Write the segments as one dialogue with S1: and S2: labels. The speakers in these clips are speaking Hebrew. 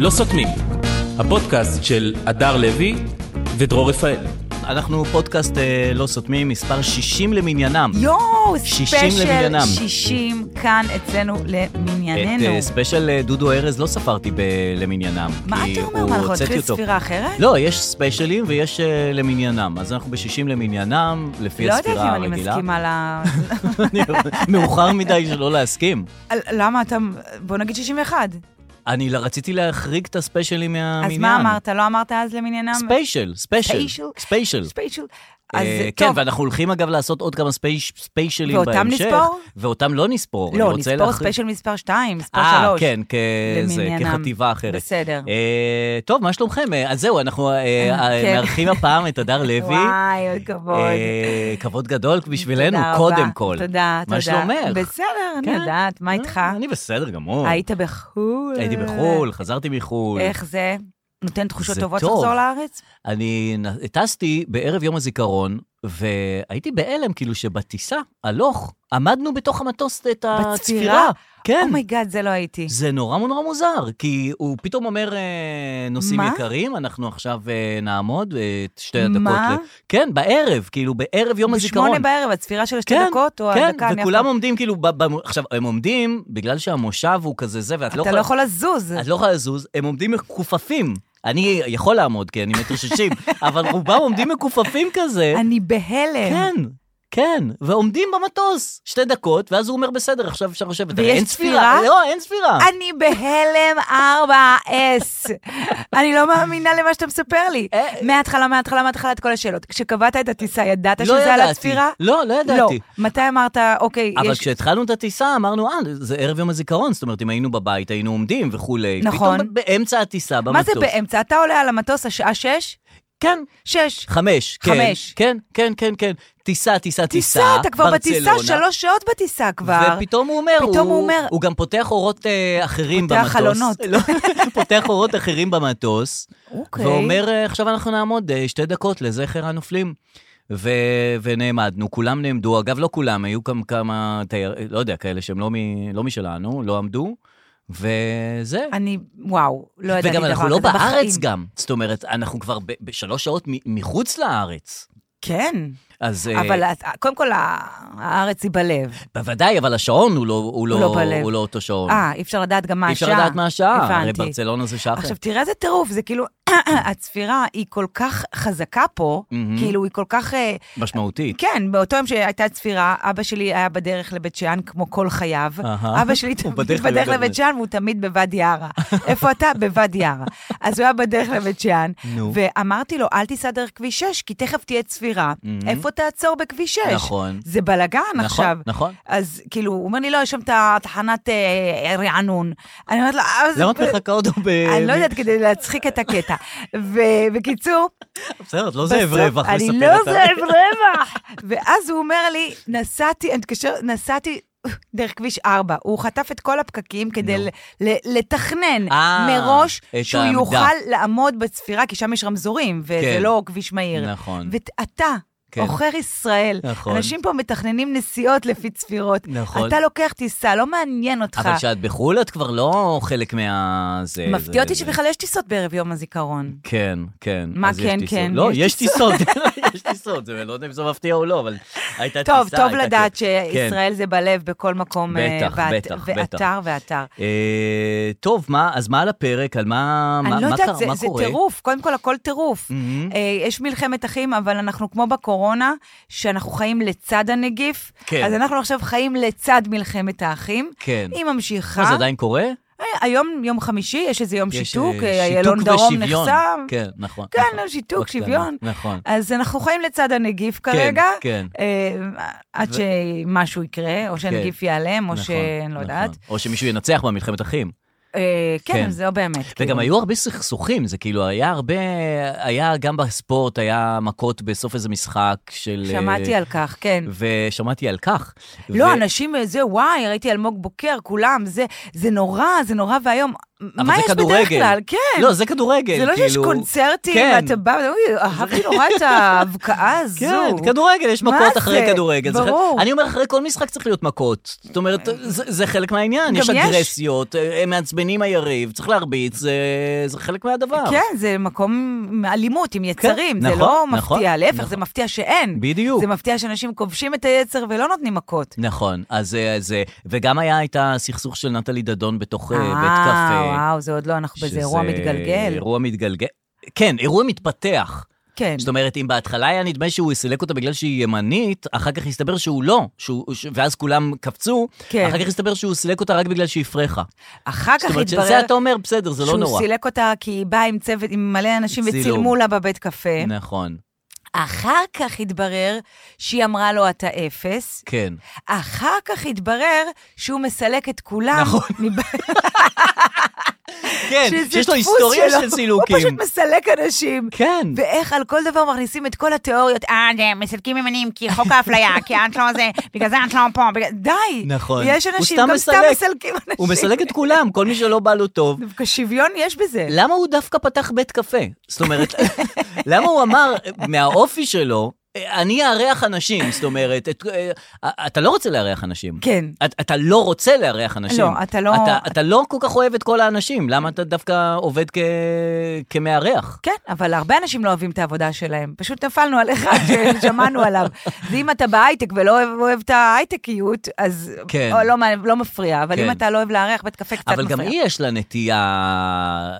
S1: לא סותמים, הפודקאסט של הדר לוי ודרור רפאל.
S2: אנחנו פודקאסט אה, לא סותמים, מספר 60 למניינם.
S3: יואו,
S2: 60
S3: ספיישל
S2: למניינם.
S3: 60 כאן אצלנו
S2: את
S3: למנייננו.
S2: אה, ספיישל אה, דודו ארז לא ספרתי ב- למניינם.
S3: מה
S2: כי
S3: אתה אומר?
S2: הוא
S3: מה, אנחנו
S2: הוצאתי
S3: נתחיל
S2: אותו.
S3: ספירה אחרת?
S2: לא, יש ספיישלים ויש אה, למניינם. אז אנחנו ב-60 למניינם, לפי
S3: לא יודעת
S2: הספירה הרגילה.
S3: אם אני מסכימה ל...
S2: מאוחר מדי שלא להסכים.
S3: למה אתה... בוא נגיד 61.
S2: אני לא- רציתי להחריג את הספיישלים מהמניין.
S3: אז מה אמרת? לא אמרת אז למניינם?
S2: ספיישל, ספיישל,
S3: ספיישל?
S2: ספיישל.
S3: ספיישל. אז
S2: אה, כן,
S3: טוב,
S2: ואנחנו הולכים אגב לעשות עוד כמה ספייש- ספיישלים
S3: ואותם
S2: בהמשך.
S3: נספור?
S2: ואותם לא נספור. אני
S3: לא,
S2: רוצה
S3: נספור
S2: להחריג-
S3: ספיישל מספר 2, מספר 3.
S2: אה, כן, כזה,
S3: למניינם.
S2: כחטיבה אחרת.
S3: בסדר.
S2: אה, טוב, מה שלומכם? אה, אז זהו, אנחנו אה, אה,
S3: כן.
S2: מארחים הפעם את הדר לוי.
S3: וואי, עוד כבוד.
S2: אה, כבוד גדול בשבילנו,
S3: תודה רבה.
S2: קודם כל.
S3: תודה, תודה.
S2: מה שלומך?
S3: בסדר, אני
S2: כן.
S3: יודעת, מה איתך?
S2: אני בסדר גמור.
S3: היית בחו"ל.
S2: הייתי בחו"ל, חזרתי מחו"ל.
S3: איך זה? נותן תחושות
S2: זה
S3: טובות
S2: טוב.
S3: לחזור לארץ?
S2: אני נ- טסתי בערב יום הזיכרון, והייתי בהלם, כאילו שבטיסה, הלוך, עמדנו בתוך המטוס את
S3: בצפירה?
S2: הצפירה. כן.
S3: אומייגאד, זה לא הייתי.
S2: זה נורא נורא מוזר, כי הוא פתאום אומר, אה, נושאים
S3: מה?
S2: יקרים, אנחנו עכשיו אה, נעמוד אה, את שתי הדקות.
S3: מה?
S2: ל- כן, בערב, כאילו בערב יום הזיכרון.
S3: בשמונה בערב, הצפירה של השתי דקות, או
S2: כן,
S3: הדקה, אני
S2: וכולם
S3: יכול-
S2: עומדים כאילו, ב, ב, עכשיו, הם עומדים, בגלל שהמושב הוא כזה זה, ואת לא
S3: אתה לא יכול לזוז.
S2: את לא יכולה לזוז, הם עומדים מכופפים. אני יכול לעמוד, כי אני מטר שישים, אבל רובם עומדים מכופפים כזה.
S3: אני בהלם.
S2: כן, כן, ועומדים במטוס שתי דקות, ואז הוא אומר, בסדר, עכשיו אפשר לשבת. הרי
S3: ויש
S2: אין
S3: ספירה?
S2: לא, אין ספירה.
S3: אני בהלם 4S. אני לא מאמינה למה שאתה מספר לי.
S2: אה,
S3: מההתחלה, מההתחלה, מההתחלה, את כל השאלות. כשקבעת את הטיסה, ידעת
S2: לא
S3: שזה על
S2: ידעתי.
S3: הצפירה?
S2: לא, לא
S3: לא.
S2: ידעתי.
S3: מתי אמרת, אוקיי,
S2: אבל
S3: יש...
S2: כשהתחלנו את הטיסה, אמרנו, אה, זה ערב יום הזיכרון, זאת אומרת, אם היינו בבית, היינו עומדים וכולי.
S3: נכון.
S2: פתאום באמצע הטיסה, במטוס.
S3: מה זה באמצע? אתה עולה על המטוס השעה שש?
S2: כן,
S3: שש.
S2: חמש. כן,
S3: חמש.
S2: כן, כן, כן, כן. טיסה, טיסה, טיסה.
S3: טיסה, אתה כבר בטיסה,
S2: ברצלונה.
S3: שלוש שעות בטיסה כבר.
S2: ופתאום הוא אומר,
S3: פתאום הוא אומר-
S2: הוא גם פותח אורות אה, אחרים
S3: פותח
S2: במטוס.
S3: חלונות.
S2: לא, פותח אורות אחרים במטוס,
S3: אוקיי.
S2: ואומר, אה, עכשיו אנחנו נעמוד אה, שתי דקות לזכר הנופלים. ו... ונעמדנו, כולם נעמדו, אגב, לא כולם, היו גם כמה תייר, לא יודע, כאלה שהם לא, מ... לא משלנו, לא עמדו, וזה.
S3: אני, וואו, לא ידעתי דבר כזה
S2: וגם אנחנו לא
S3: בחיים.
S2: בארץ גם, זאת אומרת, אנחנו כבר ב- בשלוש שעות מ- מחוץ לארץ.
S3: כן,
S2: אז אה,
S3: אבל אז, קודם כל ה- הארץ היא בלב.
S2: בוודאי, אבל השעון הוא לא, הוא לא,
S3: לא בלב.
S2: הוא לא אותו שעון.
S3: אה, אי אפשר לדעת גם מה
S2: אי
S3: השעה.
S2: אפשר לדעת מה השעה, הרי
S3: הבנתי.
S2: ברצלונה זה שעה
S3: עכשיו,
S2: אחרת.
S3: תראה איזה טירוף, זה כאילו, הצפירה היא כל כך חזקה פה,
S2: מהמם.
S3: כאילו, היא כל כך... אה,
S2: משמעותית.
S3: כן, באותו יום שהייתה צפירה, אבא שלי היה בדרך לבית שאן כמו כל חייו.
S2: אהה.
S3: אבא שלי
S2: הוא
S3: תמיד
S2: בדרך
S3: בדרך,
S2: לבית-
S3: לבית שאן, והוא תמיד בוואדי יארה. איפה אתה? בוואדי יארה. אז הוא היה בדרך לבית שאן,
S2: נו.
S3: ואמרתי לו, אל תיסע דרך כביש 6, כי תכף תהיה צפירה. איפה תעצור בכביש 6?
S2: Mm-hmm. נכון.
S3: זה בלאגן
S2: נכון,
S3: עכשיו.
S2: נכון.
S3: אז כאילו, הוא אומר לי, לא, יש שם את התחנת אה, רענון. אני אומרת לו, "אה, זה
S2: למה את מחכה אותו ב...
S3: אני לא יודעת, כדי להצחיק את הקטע. ובקיצור,
S2: בסדר, את לא זאב
S3: בסוף
S2: רווח לספר
S3: אני
S2: את
S3: לא
S2: ה-
S3: זאב רווח. ואז הוא אומר לי, נסעתי, אני מתקשר, נסעתי... דרך כביש 4, הוא חטף את כל הפקקים כדי ל- ל- לתכנן
S2: אה,
S3: מראש
S2: את
S3: שהוא
S2: העמדה.
S3: יוכל לעמוד בצפירה, כי שם יש רמזורים, וזה
S2: כן.
S3: לא כביש מהיר.
S2: נכון.
S3: ואתה,
S2: כן.
S3: עוכר ישראל,
S2: נכון.
S3: אנשים פה מתכננים נסיעות לפי צפירות.
S2: נכון.
S3: אתה לוקח טיסה, לא מעניין אותך.
S2: אבל כשאת בחו"ל את כבר לא חלק מה... זה- זה-
S3: מפתיע אותי
S2: זה-
S3: שבכלל יש טיסות בערב יום הזיכרון.
S2: כן, כן.
S3: מה
S2: אז יש
S3: כן,
S2: טיסות.
S3: כן?
S2: לא,
S3: יש
S2: יש טיסות, יש טיסות, זה לא יודע אם זה מפתיע או לא, אבל הייתה טיסה.
S3: טוב, טוב
S2: הייתה-
S3: לדעת
S2: כן.
S3: שישראל זה בלב בכל מקום. אה,
S2: בטח,
S3: ואת-
S2: בטח, בטח.
S3: ואתר ואתר.
S2: אה, טוב, מה, אז מה על הפרק? על מה, מה,
S3: אני לא
S2: מה,
S3: יודעת,
S2: קרה-
S3: זה
S2: מה
S3: זה
S2: קורה? Mm-hmm.
S3: טירוף, קודם כל הכל טירוף.
S2: מהמם.
S3: אה, יש מלחמת אחים, אבל אנחנו כמו בקורונה, שאנחנו חיים לצד הנגיף.
S2: כן.
S3: אז אנחנו עכשיו חיים לצד מלחמת האחים.
S2: כן.
S3: היא
S2: מה,
S3: ממשיכה.
S2: זה עדיין קורה?
S3: אה, היום יום חמישי, יש איזה יום
S2: יש,
S3: שיתוק,
S2: אה,
S3: אה, איילון דרום
S2: ושוויון.
S3: נחסם.
S2: כן, נכון.
S3: כן,
S2: נכון.
S3: לא, שיתוק,
S2: בקטנה,
S3: שוויון.
S2: נכון.
S3: אז אנחנו חיים לצד הנגיף כרגע.
S2: כן.
S3: אה, עד שמשהו יקרה, או שהנגיף ייעלם, או
S2: נכון,
S3: שאני לא
S2: נכון.
S3: יודעת.
S2: או שמישהו ינצח במלחמת אחים.
S3: אה,
S2: כן.
S3: כן, זה לא באמת.
S2: וגם
S3: כאילו.
S2: היו הרבה סכסוכים, זה כאילו היה הרבה, היה גם בספורט, היה מכות בסוף איזה משחק של... אה,
S3: שמעתי על כך, כן.
S2: ושמעתי על כך.
S3: לא,
S2: ו-
S3: אנשים, אה, זה, וואי, ראיתי אלמוג בוקר, כולם, זה, זה נורא, זה נורא ואיום.
S2: אבל
S3: מה
S2: זה
S3: יש בדרך
S2: כדורגל.
S3: כלל? כן.
S2: לא, זה כדורגל,
S3: זה לא שיש
S2: כאילו-
S3: קונצרטים,
S2: כן.
S3: ואתה בא, אוי, אהבתי נורא את ההבקעה הזו.
S2: כן, כדורגל, יש
S3: מה
S2: מכות
S3: זה?
S2: אחרי כדורגל. זה חלק-
S3: ברור.
S2: אני אומר, אחרי כל משחק צריך להיות מכות. זאת אומרת, זה זה חלק מהעניין.
S3: גם
S2: יש
S3: יש.
S2: אגרסיות, אה, הם מעצבנים היריב, צריך להרביץ, זה- זה חלק מהדבר.
S3: כן, זה מקום עם אלימות, עם יצרים, זה
S2: נכון,
S3: לא
S2: נכון,
S3: מפתיע, להפך,
S2: נכון.
S3: זה מפתיע שאין.
S2: בדיוק.
S3: זה מפתיע שאנשים כובשים את היצר ולא נותנים מכות.
S2: נכון, אז זה, וגם היה, הייתה סכסוך של נטלי דדון בתוך אה, בית
S3: אה,
S2: קפה.
S3: וואו, זה עוד לא, אנחנו באיזה אירוע
S2: שזה
S3: מתגלגל.
S2: אירוע מתגלגל. כן, אירוע מתפתח.
S3: כן.
S2: זאת אומרת, אם בהתחלה היה נדמה שהוא סילק אותה בגלל שהיא ימנית, אחר כך הסתבר שהוא לא, שהוא, ש... ואז כולם קפצו,
S3: כן.
S2: אחר כך הסתבר שהוא סילק אותה רק בגלל שהיא הפרחה.
S3: אחר כך
S2: זאת אומרת,
S3: התברר
S2: שזה אתה אומר, בסדר, זה לא
S3: שהוא
S2: נורא.
S3: סילק אותה כי היא באה עם צוות, עם מלא אנשים
S2: צילום.
S3: וצילמו לה בבית קפה.
S2: נכון,
S3: אחר כך התברר שהיא אמרה לו, אתה אפס.
S2: כן.
S3: אחר כך התברר שהוא מסלק את כולם.
S2: נכון.
S3: מב-
S2: כן,
S3: שזה
S2: שיש לו
S3: דפוס
S2: היסטוריה
S3: שלו.
S2: של סילוקים.
S3: הוא פשוט מסלק אנשים.
S2: כן.
S3: ואיך על כל דבר מכניסים את כל התיאוריות, אה, זה מסלקים ימנים כי חוק האפליה, כי את לא זה, בגלל זה את לא פה, בגלל... די.
S2: נכון.
S3: יש
S2: הוא
S3: אנשים,
S2: סתם
S3: גם סתם
S2: מסלק.
S3: מסלקים אנשים.
S2: הוא מסלק את כולם, כל מי שלא בא לו טוב.
S3: דווקא שוויון יש בזה.
S2: למה הוא דווקא פתח בית קפה? זאת אומרת, למה הוא אמר, מהאופי שלו, אני אארח אנשים, זאת אומרת, את, אה, אתה לא רוצה לארח אנשים.
S3: כן.
S2: את, אתה לא רוצה לארח אנשים.
S3: לא, אתה לא-
S2: אתה, אתה לא כל כך אוהב את כל האנשים, למה אתה דווקא עובד כ... כמארח?
S3: כן, אבל הרבה אנשים לא אוהבים את העבודה שלהם. פשוט נפלנו על אחד ששמענו עליו. ואם אתה בהייטק ולא אוהב, אוהב את ההייטקיות, אז
S2: כן.
S3: או, לא, מע- לא מפריע. אבל
S2: כן.
S3: אם אתה לא אוהב לארח בית קפה, קצת
S2: אבל
S3: מפריע.
S2: גם היא יש לה נטייה...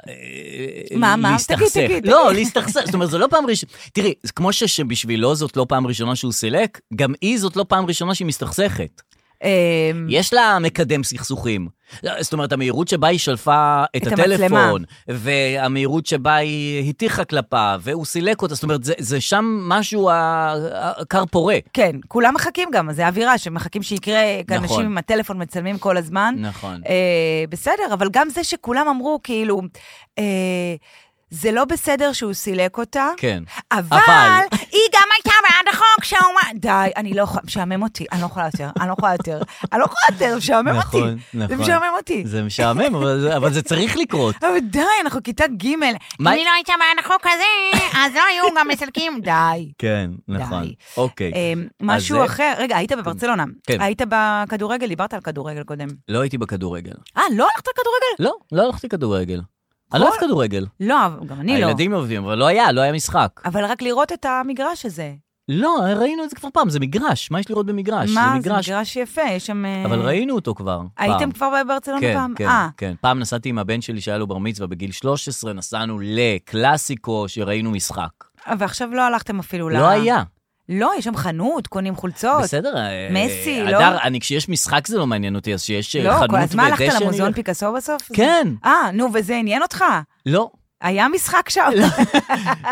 S2: אה,
S3: מה, מה?
S2: להסתכסך.
S3: תגיד, תגיד, תגיד.
S2: לא, להסתכסך. זאת אומרת, זו לא פעם ראשונה... תראי, זה כמו ש- שבשבילו זאת לא פעם ראשונה שהוא סילק, גם היא זאת לא פעם ראשונה שהיא מסתכסכת.
S3: אמ,
S2: יש לה מקדם סכסוכים. זאת אומרת, המהירות שבה היא שלפה את,
S3: את המצלמה.
S2: הטלפון, והמהירות שבה היא הטיחה כלפיו, והוא סילק אותה, זאת אומרת, זה, זה שם משהו ה- הכר פורה.
S3: כן, כולם מחכים גם, זה אווירה שמחכים שיקרה, כי
S2: נכון.
S3: אנשים עם הטלפון מצלמים כל הזמן.
S2: נכון.
S3: אה, בסדר, אבל גם זה שכולם אמרו, כאילו, אה, זה לא בסדר שהוא סילק אותה.
S2: כן.
S3: אבל
S2: אבל.
S3: היא גם הייתה בעד החוק שהוא... אמר- די, אני לא יכולה, משעמם אותי, אני לא יכולה יותר, אני לא יכולה יותר, אני לא יכולה יותר, זה משעמם אותי.
S2: נכון,
S3: זה
S2: נכון.
S3: משעמם אותי.
S2: זה משעמם, אבל, זה- אבל זה צריך לקרות.
S3: אבל די, אנחנו כיתה ג', אם
S2: מה-
S3: היא לא הייתה בעד החוק הזה, אז לא היו גם מסלקים, די.
S2: כן,
S3: די.
S2: אוקיי.
S3: אמ,
S2: אז
S3: משהו
S2: זה-
S3: אחר, רגע, היית בברצלונה.
S2: כן.
S3: היית בכדורגל, דיברת על כדורגל קודם.
S2: לא הייתי בכדורגל.
S3: אה, לא הלכת לכדורגל?
S2: לא, לא הלכתי כדורגל. אני לא אוהב כדורגל.
S3: לא, אבל גם אני לא.
S2: הילדים אוהבים, אבל לא היה, לא היה משחק.
S3: אבל רק לראות את המגרש הזה.
S2: לא, ראינו את זה כבר פעם, זה מגרש, מה יש לראות במגרש?
S3: מה,
S2: זה
S3: זה
S2: אה, מגרש.
S3: מגרש יפה, יש שם... אה,
S2: אבל ראינו אותו כבר. פעם.
S3: הייתם כבר בברצלונה
S2: כן,
S3: פעם?
S2: כן,
S3: אה,
S2: כן. פעם נסעתי עם הבן שלי שהיה לו בר מצווה בגיל 13, נסענו לקלאסיקו שראינו משחק.
S3: ועכשיו לא הלכתם אפילו ל...
S2: לא היה.
S3: לא, יש שם חנות, קונים חולצות.
S2: בסדר. אה,
S3: מסי,
S2: אה,
S3: לא?
S2: הדר, אני, כשיש משחק זה לא מעניין אותי, אז כשיש אה,
S3: לא,
S2: חנות ודשא...
S3: אז מה, הלכת
S2: אני- לא-
S3: למוזיאון פיקאסו בסוף?
S2: כן.
S3: אה, נו, וזה עניין אותך?
S2: לא.
S3: היה משחק שם?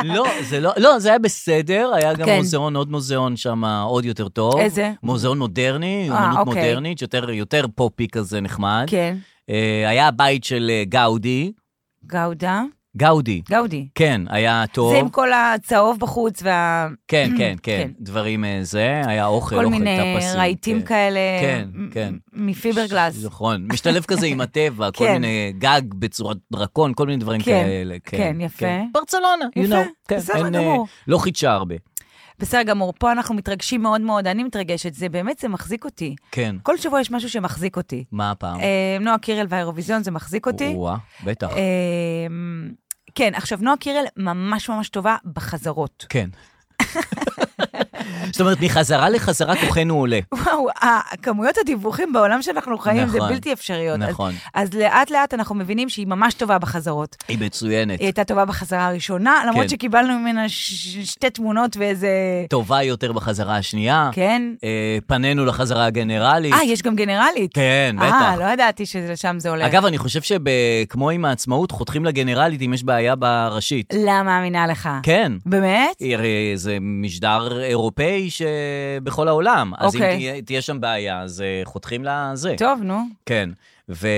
S2: לא, זה לא, לא, זה היה בסדר, היה גם
S3: כן.
S2: מוזיאון, עוד מוזיאון שם אה, עוד יותר טוב.
S3: איזה?
S2: מוזיאון מודרני,
S3: אה,
S2: אומנות
S3: אוקיי.
S2: מודרנית, יותר- יותר פופי כזה נחמד.
S3: כן.
S2: אה, היה הבית של אה, גאודי,
S3: גאודה?
S2: גאודי,
S3: גאודי.
S2: כן, היה טוב.
S3: זה עם כל הצהוב בחוץ וה...
S2: כן, כן, כן.
S3: כן.
S2: דברים אה, זה, היה אוכל,
S3: כל
S2: אוכל,
S3: מיני
S2: טפסים,
S3: רהיטים
S2: לא כן.
S3: כאלה.
S2: כן,
S3: מ-
S2: כן.
S3: מפיברגלס.
S2: נכון, משתלב כזה עם הטבע, כל
S3: כן.
S2: מיני גג בצורת דרקון, כל מיני דברים
S3: כן,
S2: כאלה.
S3: כן, יפה.
S2: ברצלונה, you
S3: יפה,
S2: know, כן,
S3: בסדר
S2: אין, אה,
S3: גמור.
S2: לא חידשה הרבה.
S3: בסדר גמור, פה אנחנו מתרגשים מאוד מאוד, אני מתרגשת, זה באמת, זה מחזיק אותי.
S2: כן,
S3: כל שבוע יש משהו שמחזיק אותי.
S2: מה הפעם?
S3: אה, נועה קירל והאירוויזיון, זה מחזיק אותי. אה.
S2: וואה, בטח,
S3: אמ, כן, עכשיו, נועה קירל ממש ממש טובה בחזרות.
S2: כן. זאת אומרת, מחזרה לחזרה כוחנו עולה.
S3: וואו, ה- כמויות הדיווחים בעולם שאנחנו חיים, זה
S2: נכון.
S3: בלתי אפשריות. אז-
S2: נכון,
S3: אז לאט לאט אנחנו מבינים שהיא ממש טובה בחזרות.
S2: היא מצוינת.
S3: היא הייתה טובה בחזרה הראשונה,
S2: כן.
S3: למרות שקיבלנו ממנה ש- שתי תמונות ואיזה...
S2: טובה יותר בחזרה השנייה.
S3: כן.
S2: אה, פנינו לחזרה הגנרלית.
S3: אה, יש גם גנרלית.
S2: כן, בטח.
S3: אה, לא ידעתי שלשם זה הולך.
S2: אגב, אני חושב שכמו עם העצמאות, חותכים לגנרלית אם יש בעיה בראשית.
S3: לא מאמינה לך.
S2: כן.
S3: באמת?
S2: הרי זה משדר אירופאי שבכל העולם. אז אם
S3: אוקיי.
S2: תהיה- תהיה שם בעיה, אז אה, חותכים לזה.
S3: טוב, נו.
S2: כן. ו...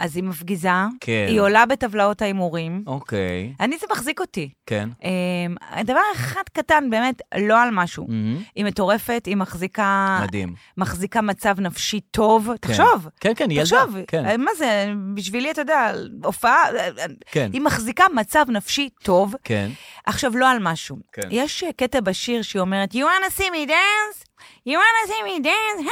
S3: אז היא מפגיזה,
S2: כן.
S3: היא עולה בטבלאות ההימורים.
S2: אוקיי,
S3: אני, זה מחזיק אותי.
S2: כן.
S3: אמ, דבר אחד קטן, באמת, לא על משהו.
S2: מהמם.
S3: היא מטורפת, היא מחזיקה,
S2: Mm-hmm. מדהים.
S3: מחזיקה מצב נפשי טוב. תחשוב,
S2: כן, כן, היא ילדה.
S3: תחשוב, אה,
S2: כן,
S3: מה זה, בשבילי, אתה יודע, הופעה,
S2: כן,
S3: היא מחזיקה מצב נפשי טוב.
S2: כן.
S3: עכשיו, לא על משהו.
S2: כן.
S3: יש אה, קטע בשיר שהיא אומרת, You wanna see me dance? You wanna see me dance?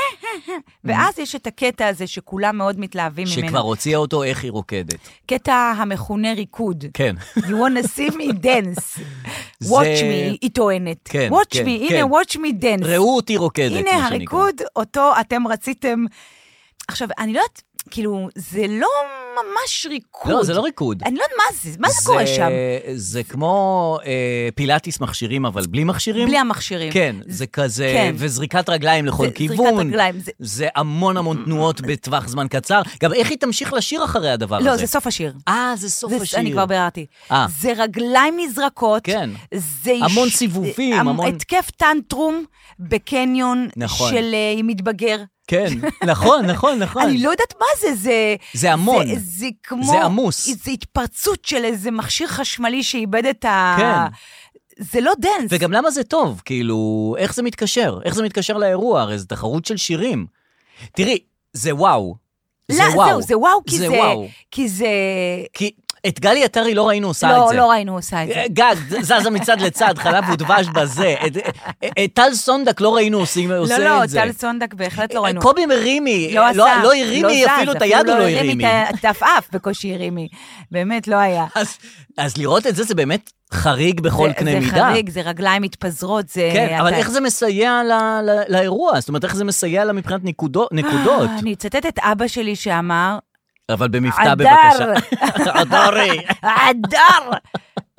S3: ואז יש את הקטע הזה שכולם מאוד מתלהבים ממנו.
S2: שכבר הוציאה אותו איך היא רוקדת.
S3: קטע המכונה ריקוד.
S2: כן.
S3: You wanna see me dance.
S2: זה-
S3: Watch me, היא טוענת.
S2: כן,
S3: Watch
S2: כן,
S3: me,
S2: כן.
S3: הנה, watch me dance.
S2: ראו אותי רוקדת, מה שנקרא.
S3: הנה הריקוד, אותו אתם רציתם. עכשיו, אני לא יודעת, כאילו, זה לא ממש ריקוד.
S2: לא, זה לא ריקוד.
S3: אני לא יודעת מה זה, מה זה קורה שם?
S2: זה כמו אה, פילאטיס מכשירים, אבל בלי מכשירים.
S3: בלי המכשירים.
S2: כן, זה כזה,
S3: כן.
S2: וזריקת רגליים לכל
S3: זה זריקת
S2: כיוון.
S3: רגליים, זה-
S2: זה המון המון תנועות בטווח זמן קצר. גם איך היא תמשיך לשיר אחרי הדבר הזה?
S3: לא, זה סוף השיר.
S2: אה, זה סוף
S3: זה-
S2: השיר.
S3: אני כבר ביררתי.
S2: אה.
S3: זה רגליים נזרקות.
S2: כן.
S3: זה...
S2: המון
S3: איש-
S2: סיבובים,
S3: המ-
S2: המון-
S3: התקף טנטרום בקניון
S2: נכון.
S3: של אה, עם מתבגר.
S2: כן, נכון, נכון, נכון.
S3: אני לא יודעת מה זה, זה...
S2: זה המון.
S3: זה, זה כמו...
S2: זה עמוס.
S3: זה התפרצות של איזה מכשיר חשמלי שאיבד את ה...
S2: כן.
S3: זה לא דנס.
S2: וגם למה זה טוב? כאילו, איך זה מתקשר? איך זה מתקשר לאירוע? הרי זו תחרות של שירים. תראי, זה וואו.
S3: לא,
S2: זה וואו.
S3: זהו, זה וואו, כי
S2: זה
S3: זה...
S2: וואו.
S3: כי זה...
S2: כי את גלי עטרי לא ראינו עושה את
S3: לא,
S2: זה. אה,
S3: לא ראינו עושה את זה.
S2: גג, זזה מצד לצד, חלב ודבש בזה. את- את טל סונדק לא ראינו עושים עושה
S3: לא,
S2: את זה. אה,
S3: לא, טל סונדק בהחלט לא ראינו.
S2: קובי מרימי,
S3: לא עשה,
S2: לא לא הרימי,
S3: זז,
S2: אפילו את היד הוא לא
S3: את
S2: הרימי.
S3: ה- את העפעף בקושי הרימי. באמת, לא היה.
S2: אז- אז לראות את זה, זה באמת חריג בכל
S3: זה-
S2: קנה
S3: זה
S2: מידה.
S3: חריג, זה רגליים מתפזרות, זה...
S2: כן, אבל
S3: אתה-
S2: איך זה מסייע ל- ל- לאירוע? זאת אומרת, איך זה מסייע לה מבחינת נקודו- נקודות?
S3: אה, אני אצטט את אבא שלי שאמר,
S2: אבל במבטא
S3: עדר.
S2: בבקשה. עדרי.
S3: הדר!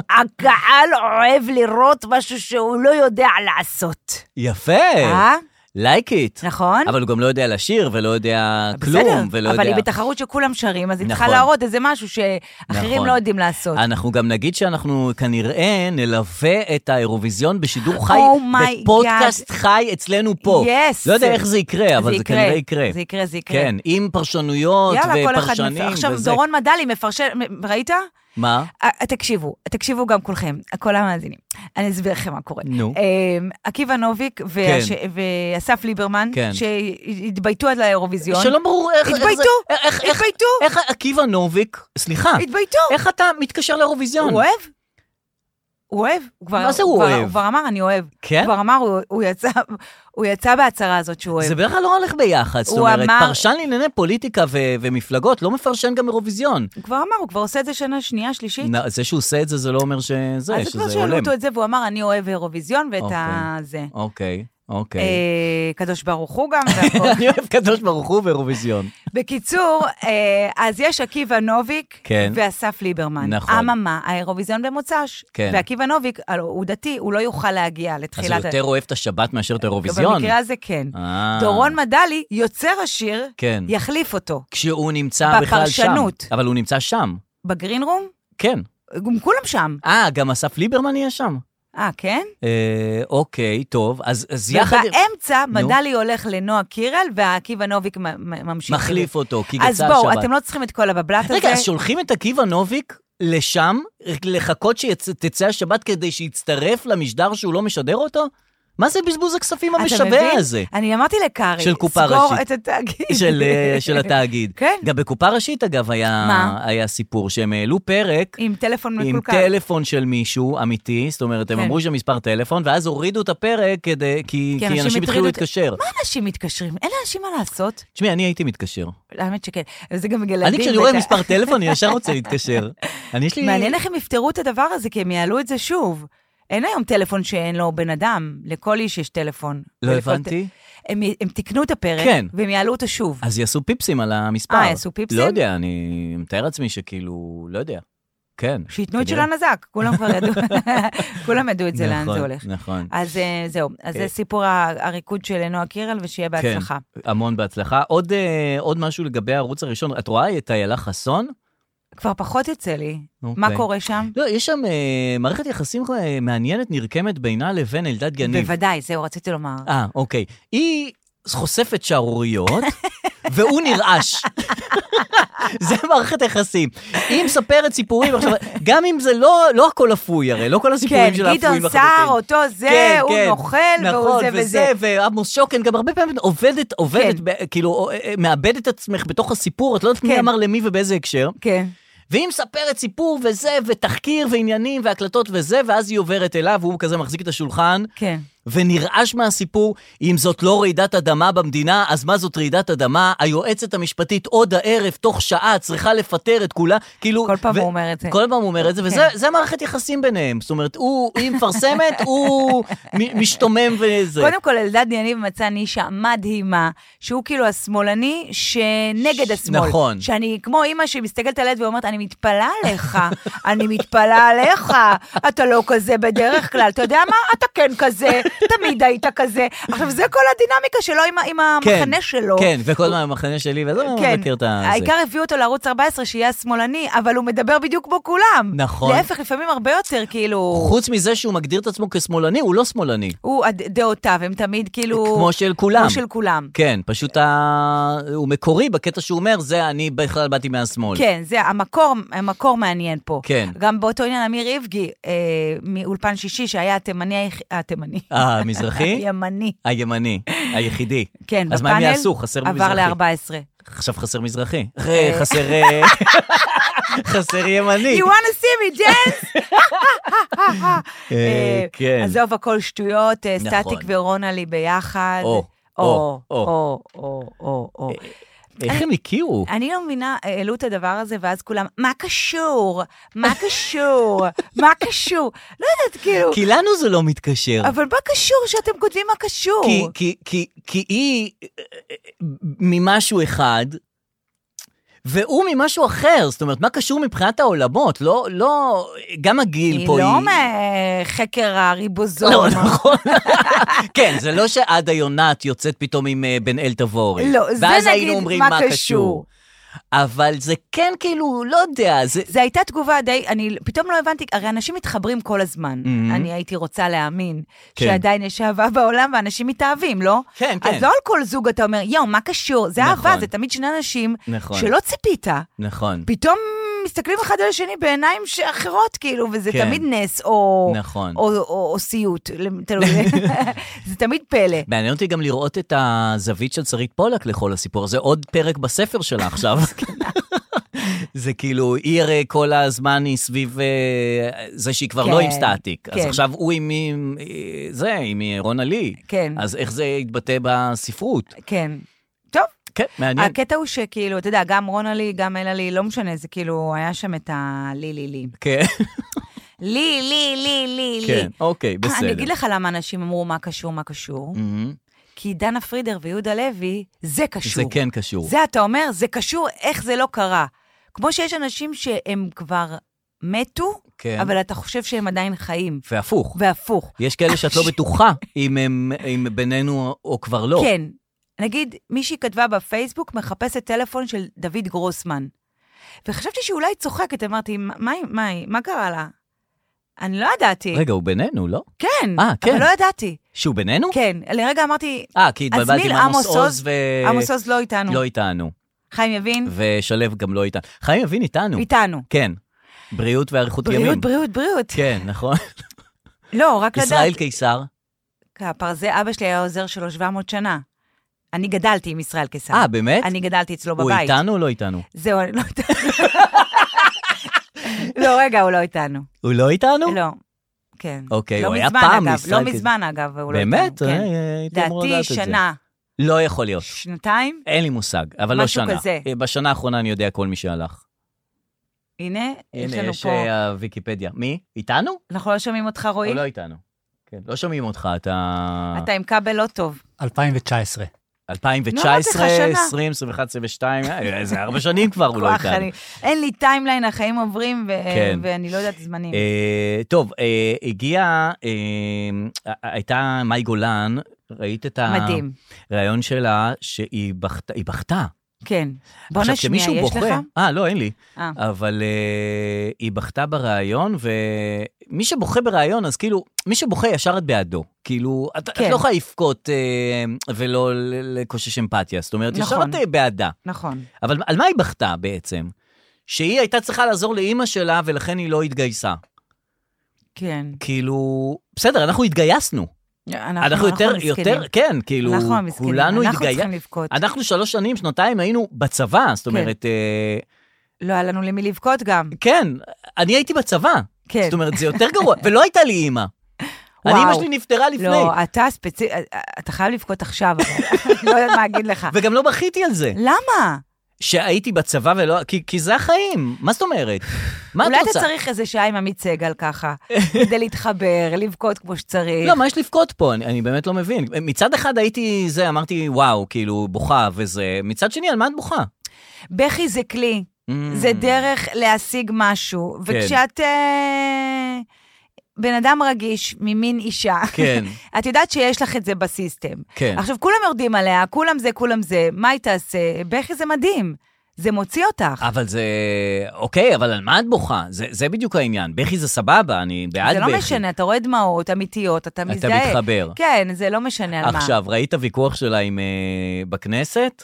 S3: הקהל אוהב לראות משהו שהוא לא יודע לעשות.
S2: יפה,
S3: אה?
S2: לייק איט.
S3: נכון?
S2: כן. אבל הוא גם לא יודע לשיר, ולא יודע
S3: בסדר,
S2: כלום, ולא יודע...
S3: אבל היא בתחרות שכולם שרים, אז היא צריכה
S2: נכון.
S3: להראות איזה משהו שאחרים
S2: נכון.
S3: לא יודעים לעשות.
S2: אנחנו גם נגיד שאנחנו כנראה נלווה את האירוויזיון בשידור חי,
S3: Oh my
S2: בפודקאסט חי אצלנו פה.
S3: Yes.
S2: לא יודע איך זה יקרה, אבל זה,
S3: זה יקרה.
S2: כנראה יקרה.
S3: זה יקרה, זה יקרה.
S2: כן, עם פרשנויות
S3: יאללה, כל אחד...
S2: ופרשנים.
S3: מפ- עכשיו,
S2: וזה.
S3: דורון מדלי מפרשן, מ- ראית?
S2: מה?
S3: אה, תקשיבו, תקשיבו גם כולכם, כל המאזינים. אני אסביר לכם מה קורה.
S2: נו.
S3: אמ, עקיבא נוביק והש- ואסף ליברמן,
S2: כן.
S3: שהתבייתו עד לאירוויזיון.
S2: שלא ברור איך... איך זה-
S3: התבייתו,
S2: איך- איך-
S3: התבייתו,
S2: איך עקיבא נוביק, סליחה,
S3: התבייתו.
S2: איך אתה מתקשר לאירוויזיון?
S3: הוא אוהב? הוא אוהב, הוא כבר,
S2: מה זה הוא
S3: כבר-
S2: אוהב?
S3: הוא כבר אמר, אני אוהב.
S2: כן?
S3: הוא כבר אמר, הוא- הוא יצא- הוא יצא בהצהרה הזאת שהוא אוהב.
S2: זה בדרך כלל לא הולך ביחד, זאת
S3: הוא
S2: אומרת,
S3: אמר-
S2: פרשן לענייני פוליטיקה ו- ומפלגות לא מפרשן גם אירוויזיון.
S3: הוא כבר אמר, הוא כבר עושה את זה שנה שנייה, שלישית.
S2: נ- זה שהוא עושה את זה, זה לא אומר שזה,
S3: אז כבר
S2: שזה
S3: שאלו
S2: הולם.
S3: אותו את כן. אה, זה, והוא אמר, אני אוהב אירוויזיון ואת
S2: אוקיי.
S3: ה... זה.
S2: אוקיי, אוקיי.
S3: אה, קדוש ברוך הוא גם, והכל.
S2: אני אוהב קדוש ברוך הוא ואירוויזיון.
S3: בקיצור, אה, אז יש עקיבא נוביק
S2: כן.
S3: ואסף ליברמן.
S2: נכון.
S3: אממה, האירוויזיון במוצ"ש.
S2: כן.
S3: ועקיבא נוביק, הלו, הוא דתי, הוא לא יוכל להגיע
S2: אז
S3: לתחילת...
S2: הוא
S3: ה- לא,
S2: יותר אוהב את השבת מאשר את האירוויזיון?
S3: במקרה הזה כן.
S2: אה.
S3: דורון מדלי, יוצר השיר,
S2: כן.
S3: יחליף אותו.
S2: כשהוא נמצא בכלל שם.
S3: בפרשנות.
S2: אבל הוא נמצא שם,
S3: בגרין רום?
S2: כן.
S3: גם כולם שם.
S2: אה, גם אסף ליברמן יהיה שם?
S3: אה, כן?
S2: אה, אוקיי, טוב, אז אז יחד...
S3: ובאמצע,
S2: נו.
S3: מדלי הולך לנועה קירל, ועקיבא נוביק מ- מ- ממשיך.
S2: מחליף אותו, כי
S3: אז
S2: גצה
S3: בואו,
S2: השבת.
S3: אתם לא צריכים את כל הבבלת הזה.
S2: רגע, אז שולחים את עקיבא נוביק לשם, לחכות שתצא השבת כדי שיצטרף למשדר שהוא לא משדר אותו? מה זה בזבוז הכספים
S3: אתה
S2: המשווע
S3: מבין?
S2: הזה?
S3: אני אמרתי לקארי,
S2: של קופה
S3: סגור
S2: ראשית.
S3: את התאגיד.
S2: של, אה, של התאגיד.
S3: כן.
S2: גם בקופה ראשית, אגב, היה,
S3: מה?
S2: היה סיפור שהם העלו פרק
S3: עם טלפון
S2: עם
S3: מקולקל.
S2: טלפון של מישהו אמיתי, זאת אומרת, הם
S3: כן.
S2: אמרו שם מספר טלפון, ואז הורידו את הפרק כדי, כי, כי אנשים התחילו
S3: הטרידו את-
S2: להתקשר.
S3: מה אנשים מתקשרים? אין לאנשים מה לעשות.
S2: תשמעי, אני הייתי מתקשר.
S3: האמת שכן. וזה גם ילדים.
S2: אני כשאני רואה
S3: ואתה-
S2: מספר טלפון, אני ישר רוצה להתקשר. אני יש לי...
S3: מעניין איך הם יפתרו את הדבר הזה, כי הם יעלו את זה שוב. אין היום טלפון שאין לו בן אדם, לכל איש יש טלפון.
S2: לא
S3: ולכל
S2: הבנתי.
S3: ט- הם, י- הם תיקנו את הפרק,
S2: כן.
S3: והם יעלו אותו שוב.
S2: אז יעשו פיפסים על המספר.
S3: אה, יעשו פיפסים?
S2: לא יודע, אני מתאר לעצמי שכאילו, לא יודע. כן.
S3: שייתנו את של
S2: כנראה.
S3: הנזק, כולם כבר ידעו, כולם ידעו את זה, לאן
S2: נכון,
S3: זה הולך.
S2: נכון.
S3: אז אה, זהו, אז
S2: אה.
S3: זה סיפור ה- הריקוד של נועה קירל, ושיהיה בהצלחה.
S2: כן, המון בהצלחה. עוד, אה, עוד משהו לגבי הערוץ הראשון, את רואה את איילה חסון?
S3: כבר פחות יוצא לי. מה
S2: אוקיי.
S3: קורה שם?
S2: לא, יש שם אה, מערכת יחסים אה, מעניינת נרקמת בינה לבין אלדד יניב.
S3: בוודאי, זהו, רציתי לומר.
S2: אה, אוקיי. היא חושפת שערוריות, והוא נרעש. זה מערכת היחסים. היא מספרת סיפורים, עכשיו, גם אם זה לא, לא הכל אפוי הרי, לא כל הסיפורים
S3: כן,
S2: שלה אפויים
S3: גדעון
S2: לחלוטין.
S3: סער, אותו זה,
S2: כן,
S3: הוא
S2: כן.
S3: נוכל, והוא
S2: נכון,
S3: זה
S2: וזה,
S3: וזה.
S2: ועמוס שוקן, גם הרבה פעמים עובדת, עובדת,
S3: כן.
S2: ב- כאילו, אה, אה, מאבדת את עצמך בתוך הסיפור, את לא יודעת מי
S3: כן.
S2: אמר למי ובאיזה הקשר.
S3: כן.
S2: והיא מספרת סיפור וזה, ותחקיר ועניינים והקלטות וזה, ואז היא עוברת אליו, והוא כזה מחזיק את השולחן,
S3: כן.
S2: ונרעש מהסיפור, אם זאת לא רעידת אדמה במדינה, אז מה זאת רעידת אדמה? היועצת המשפטית עוד הערב, תוך שעה, צריכה לפטר את כולה, כאילו...
S3: כל פעם הוא אומר את זה.
S2: כל פעם הוא אומר את זה, וזה
S3: כן.
S2: זה מערכת יחסים ביניהם. זאת אומרת, הוא, היא מפרסמת, הוא מ- משתומם וזה.
S3: קודם כל, אלדד יניב מצא נישה מדהימה, שהוא כאילו השמאלני שנגד
S2: ש-
S3: השמאל.
S2: נכון.
S3: שאני כמו אימא שמסתכלת על הילד ואומרת, אני מתפלאה עליך, אני מתפלאה עליך, אתה לא כזה בדרך כלל, אתה יודע מה? אתה כן כזה, תמיד היית כזה. עכשיו, זה כל הדינמיקה שלו עם, ה- עם המחנה שלו.
S2: כן, וכל הזמן המחנה שלי, וזה, אני נכון. מכיר את ה... זה.
S3: כן, העיקר הביאו אותו לערוץ 14, שיהיה השמאלני, אבל הוא מדבר בדיוק כמו כולם.
S2: נכון.
S3: להפך, לפעמים הרבה יותר, כאילו,
S2: חוץ מזה שהוא מגדיר את עצמו כשמאלני, הוא לא שמאלני.
S3: הוא, הד- דעותיו, הם תמיד כאילו...
S2: כמו של כולם.
S3: כמו של כולם.
S2: כן, פשוט ה... הוא מקורי בקטע שהוא אומר, זה אני בכלל באתי מהשמאל.
S3: כן, זה המקור, המקור מעניין פה.
S2: כן.
S3: גם באותו עניין, אמיר איבגי, אה, מאולפן שישי, שהיה התימני, היח- התימני.
S2: אה, המזרחי?
S3: הימני.
S2: הימני, היחידי.
S3: כן,
S2: אז מה הם
S3: בפאנל
S2: יעשו? חסר
S3: עבר
S2: מזרחי.
S3: ל-14.
S2: עכשיו חסר מזרחי. אה, חסר... אה, חסר ימני.
S3: You wanna see me dance?
S2: אה,
S3: אה,
S2: כן.
S3: עזוב הכל שטויות, אה,
S2: נכון.
S3: סטטיק ורונלי ביחד.
S2: או, או,
S3: או,
S2: או.
S3: או, או, או, או.
S2: איך הם הכירו?
S3: אני לא מבינה, העלו את הדבר הזה, ואז כולם, מה קשור? מה קשור? מה קשור? לא יודעת, כאילו...
S2: כי לנו זה לא מתקשר.
S3: אבל מה קשור שאתם כותבים מה קשור?
S2: כי, כי, כי, כי היא אה, אה, ממשהו אחד, והוא ממשהו אחר. זאת אומרת, מה קשור מבחינת העולמות? לא, לא, גם הגיל
S3: היא
S2: פה
S3: לא מחקר הריבוזום.
S2: לא, נכון. כן, זה לא שעדה יונת יוצאת פתאום עם אה, בן אל תבורי.
S3: לא, זה
S2: ואז היינו
S3: נגיד,
S2: אומרים
S3: מה
S2: מה קשור.
S3: קשור.
S2: אבל זה כן כאילו, לא יודע, זה...
S3: זו הייתה תגובה די, אני פתאום לא הבנתי, הרי אנשים מתחברים כל הזמן.
S2: Mhm.
S3: אני הייתי רוצה להאמין
S2: כן.
S3: שעדיין יש אהבה בעולם ואנשים מתאהבים, לא?
S2: כן, כן.
S3: אז לא על כל זוג אתה אומר, יואו, מה קשור? זה
S2: נכון.
S3: אהבה, זה תמיד שני אנשים
S2: נכון.
S3: שלא ציפית.
S2: נכון,
S3: פתאום מסתכלים אחד על השני בעיניים ש- אחרות, כאילו, וזה
S2: כן.
S3: תמיד נס או...
S2: נכון.
S3: או- או או סיוט, למ- תלוי. זה תמיד פלא.
S2: מעניין אותי גם לראות את הזווית של שרית פולק לכל הסיפור הזה, עוד פרק בספר שלה עכשיו. זה כאילו, היא הרי כל הזמן היא סביב אה, זה שהיא כבר לא
S3: כן,
S2: עם סטטיק. אז
S3: כן.
S2: עכשיו הוא עם עם, אה, זה, עם אה, רונה לי.
S3: כן.
S2: אז איך זה יתבטא בספרות?
S3: כן. טוב,
S2: כן, מעניין.
S3: הקטע הוא שכאילו, אתה יודע, גם רונלי, גם אלה לי, לא משנה, זה כאילו, היה שם את הלי, לי, לי.
S2: כן,
S3: לי, לי, לי, לי, לי.
S2: כן, אוקיי, בסדר.
S3: אה,
S2: Mm-hmm.
S3: אני אגיד לך למה אנשים אמרו מה קשור, מה קשור.
S2: מהמם.
S3: כי דנה פרידר ויהודה לוי, זה קשור.
S2: זה כן קשור.
S3: זה אתה אומר, זה קשור, איך זה לא קרה. כמו שיש אנשים שהם כבר מתו,
S2: כן.
S3: אבל אתה חושב שהם עדיין חיים.
S2: והפוך.
S3: והפוך.
S2: יש כאלה שאת לא בטוחה אם הם אם בינינו או כבר לא.
S3: כן. נגיד, מישהי כתבה בפייסבוק, מחפשת טלפון של דוד גרוסמן. וחשבתי שאולי היא צוחקת, אמרתי, "מה- מה, היא- מה, היא- מה קרה לה? אני לא ידעתי.
S2: רגע, הוא בינינו, לא?
S3: כן,
S2: אה, כן.
S3: אבל לא ידעתי.
S2: שהוא בינינו?
S3: כן, לרגע אמרתי,
S2: אה, כי
S3: אז
S2: התבלבלתי
S3: מי?
S2: עם עמוס עוז
S3: עמוס עוז?
S2: ו...
S3: עמוס עוז לא איתנו.
S2: לא איתנו.
S3: חיים יבין,
S2: ושלו גם לא איתנו. חיים יבין איתנו.
S3: איתנו.
S2: כן. בריאות ואריכות ימים.
S3: בריאות, בריאות, בריאות.
S2: כן, נכון.
S3: לא, רק לדעת.
S2: ישראל קיסר.
S3: הפרזה, אבא שלי היה עוזר שלו 700 שנה. אני גדלתי עם ישראל קיסר.
S2: אה, באמת?
S3: אני גדלתי אצלו
S2: הוא
S3: בבית.
S2: איתנו או לא איתנו?
S3: זהו, אני לא איתנו. לא, רגע, הוא לא איתנו.
S2: הוא לא איתנו?
S3: לא. כן.
S2: אוקיי,
S3: לא
S2: הוא היה
S3: מזמן,
S2: פעם
S3: אגב,
S2: ישראל
S3: לא
S2: כזה.
S3: מזמן, אגב, הוא לא איתנו.
S2: באמת?
S3: כן.
S2: אה, הייתי אמור לדעת
S3: דעתי
S2: את זה.
S3: שנה,
S2: לא יכול להיות.
S3: שנתיים,
S2: אין לי מושג, אבל לא
S3: משהו
S2: שנה.
S3: כזה.
S2: אה, בשנה האחרונה אני יודע כל מי שהלך.
S3: הנה, יש
S2: הנה,
S3: לנו
S2: יש
S3: פה.
S2: אה, ויקיפדיה. מי? איתנו?
S3: אנחנו לא שומעים אותך, רועי?
S2: או לא איתנו? כן, לא שומעים אותך, אתה...
S3: אתה עם כבל לא טוב.
S4: 2019.
S2: 2019,
S3: לא, אמרתי לך שנה.
S2: 20, 21, 22, אה, זה ארבע שנים כבר, הוא לא
S3: כוח,
S2: איתנו.
S3: אני- אין לי טיימליין, החיים עוברים, ו-
S2: כן.
S3: ואני לא יודעת זמנים.
S2: אה, טוב, אה, הגיעה, אה, הייתה מאי גולן, ראית את
S3: מדהים.
S2: הראיון שלה, שהיא בכתה, היא בכתה.
S3: כן. בוא נשמיע,
S2: עכשיו,
S3: יש לך?
S2: כשמישהו בוכה... אה, לא, אין לי.
S3: אה.
S2: אבל אה, היא בכתה בריאיון, ומי שבוכה בריאיון, אז כאילו, מי שבוכה ישר את בעדו. כאילו, את,
S3: כן.
S2: את לא יכולה לבכות אה, ולא ל- לקושש אמפתיה. זאת אומרת, ישר
S3: נכון.
S2: את אה, בעדה.
S3: נכון.
S2: אבל על מה היא בכתה בעצם? שהיא הייתה צריכה לעזור לאימא שלה, ולכן היא לא התגייסה.
S3: כן.
S2: כאילו, בסדר, אנחנו התגייסנו.
S3: אנחנו,
S2: אנחנו יותר, יותר, כן, כאילו,
S3: אנחנו המסכנים.
S2: כולנו
S3: אנחנו
S2: התגייסנו.
S3: צריכים כן. לבכות.
S2: אנחנו שלוש שנים, שנתיים היינו בצבא, זאת אומרת, אה,
S3: לא היה לנו למי לבכות גם.
S2: כן, אני הייתי בצבא.
S3: כן.
S2: זאת אומרת, זה יותר גרוע, ולא הייתה לי אימא. אני, אימא
S3: וואו.
S2: שלי נפטרה לפני,
S3: לא, אתה ספציפי, אתה חייב לבכות עכשיו, אבל אני לא יודעת מה להגיד לך.
S2: וגם לא בכיתי על זה,
S3: למה?
S2: שהייתי בצבא ולא... כי- כי זה החיים, מה זאת אומרת? מה את
S3: אולי אתה
S2: רוצה?
S3: צריך איזה שעה עם עמית סגל ככה, כדי להתחבר, לבכות כמו שצריך.
S2: לא, מה יש לבכות פה? אני, אני באמת לא מבין. מצד אחד הייתי זה, אמרתי, וואו, כאילו, בוכה וזה. מצד שני, על מה את בוכה? Mm,
S3: בכי זה כלי, זה דרך להשיג
S2: כן.
S3: משהו, וכשאת אה, בן אדם רגיש ממין אישה,
S2: כן.
S3: את יודעת שיש לך את זה בסיסטם.
S2: כן.
S3: עכשיו, כולם יורדים עליה, כולם זה, כולם זה, מה היא תעשה? בכי זה מדהים, זה מוציא אותך.
S2: אבל זה... אוקיי, אבל על מה את בוכה? זה, זה בדיוק העניין. בכי זה סבבה, אני בעד בכי.
S3: זה לא משנה, אתה רואה דמעות אמיתיות, אתה מזדהה.
S2: מתחבר.
S3: כן, זה לא משנה על מה.
S2: עכשיו, ראית הוויכוח שלה עם, אה, בכנסת?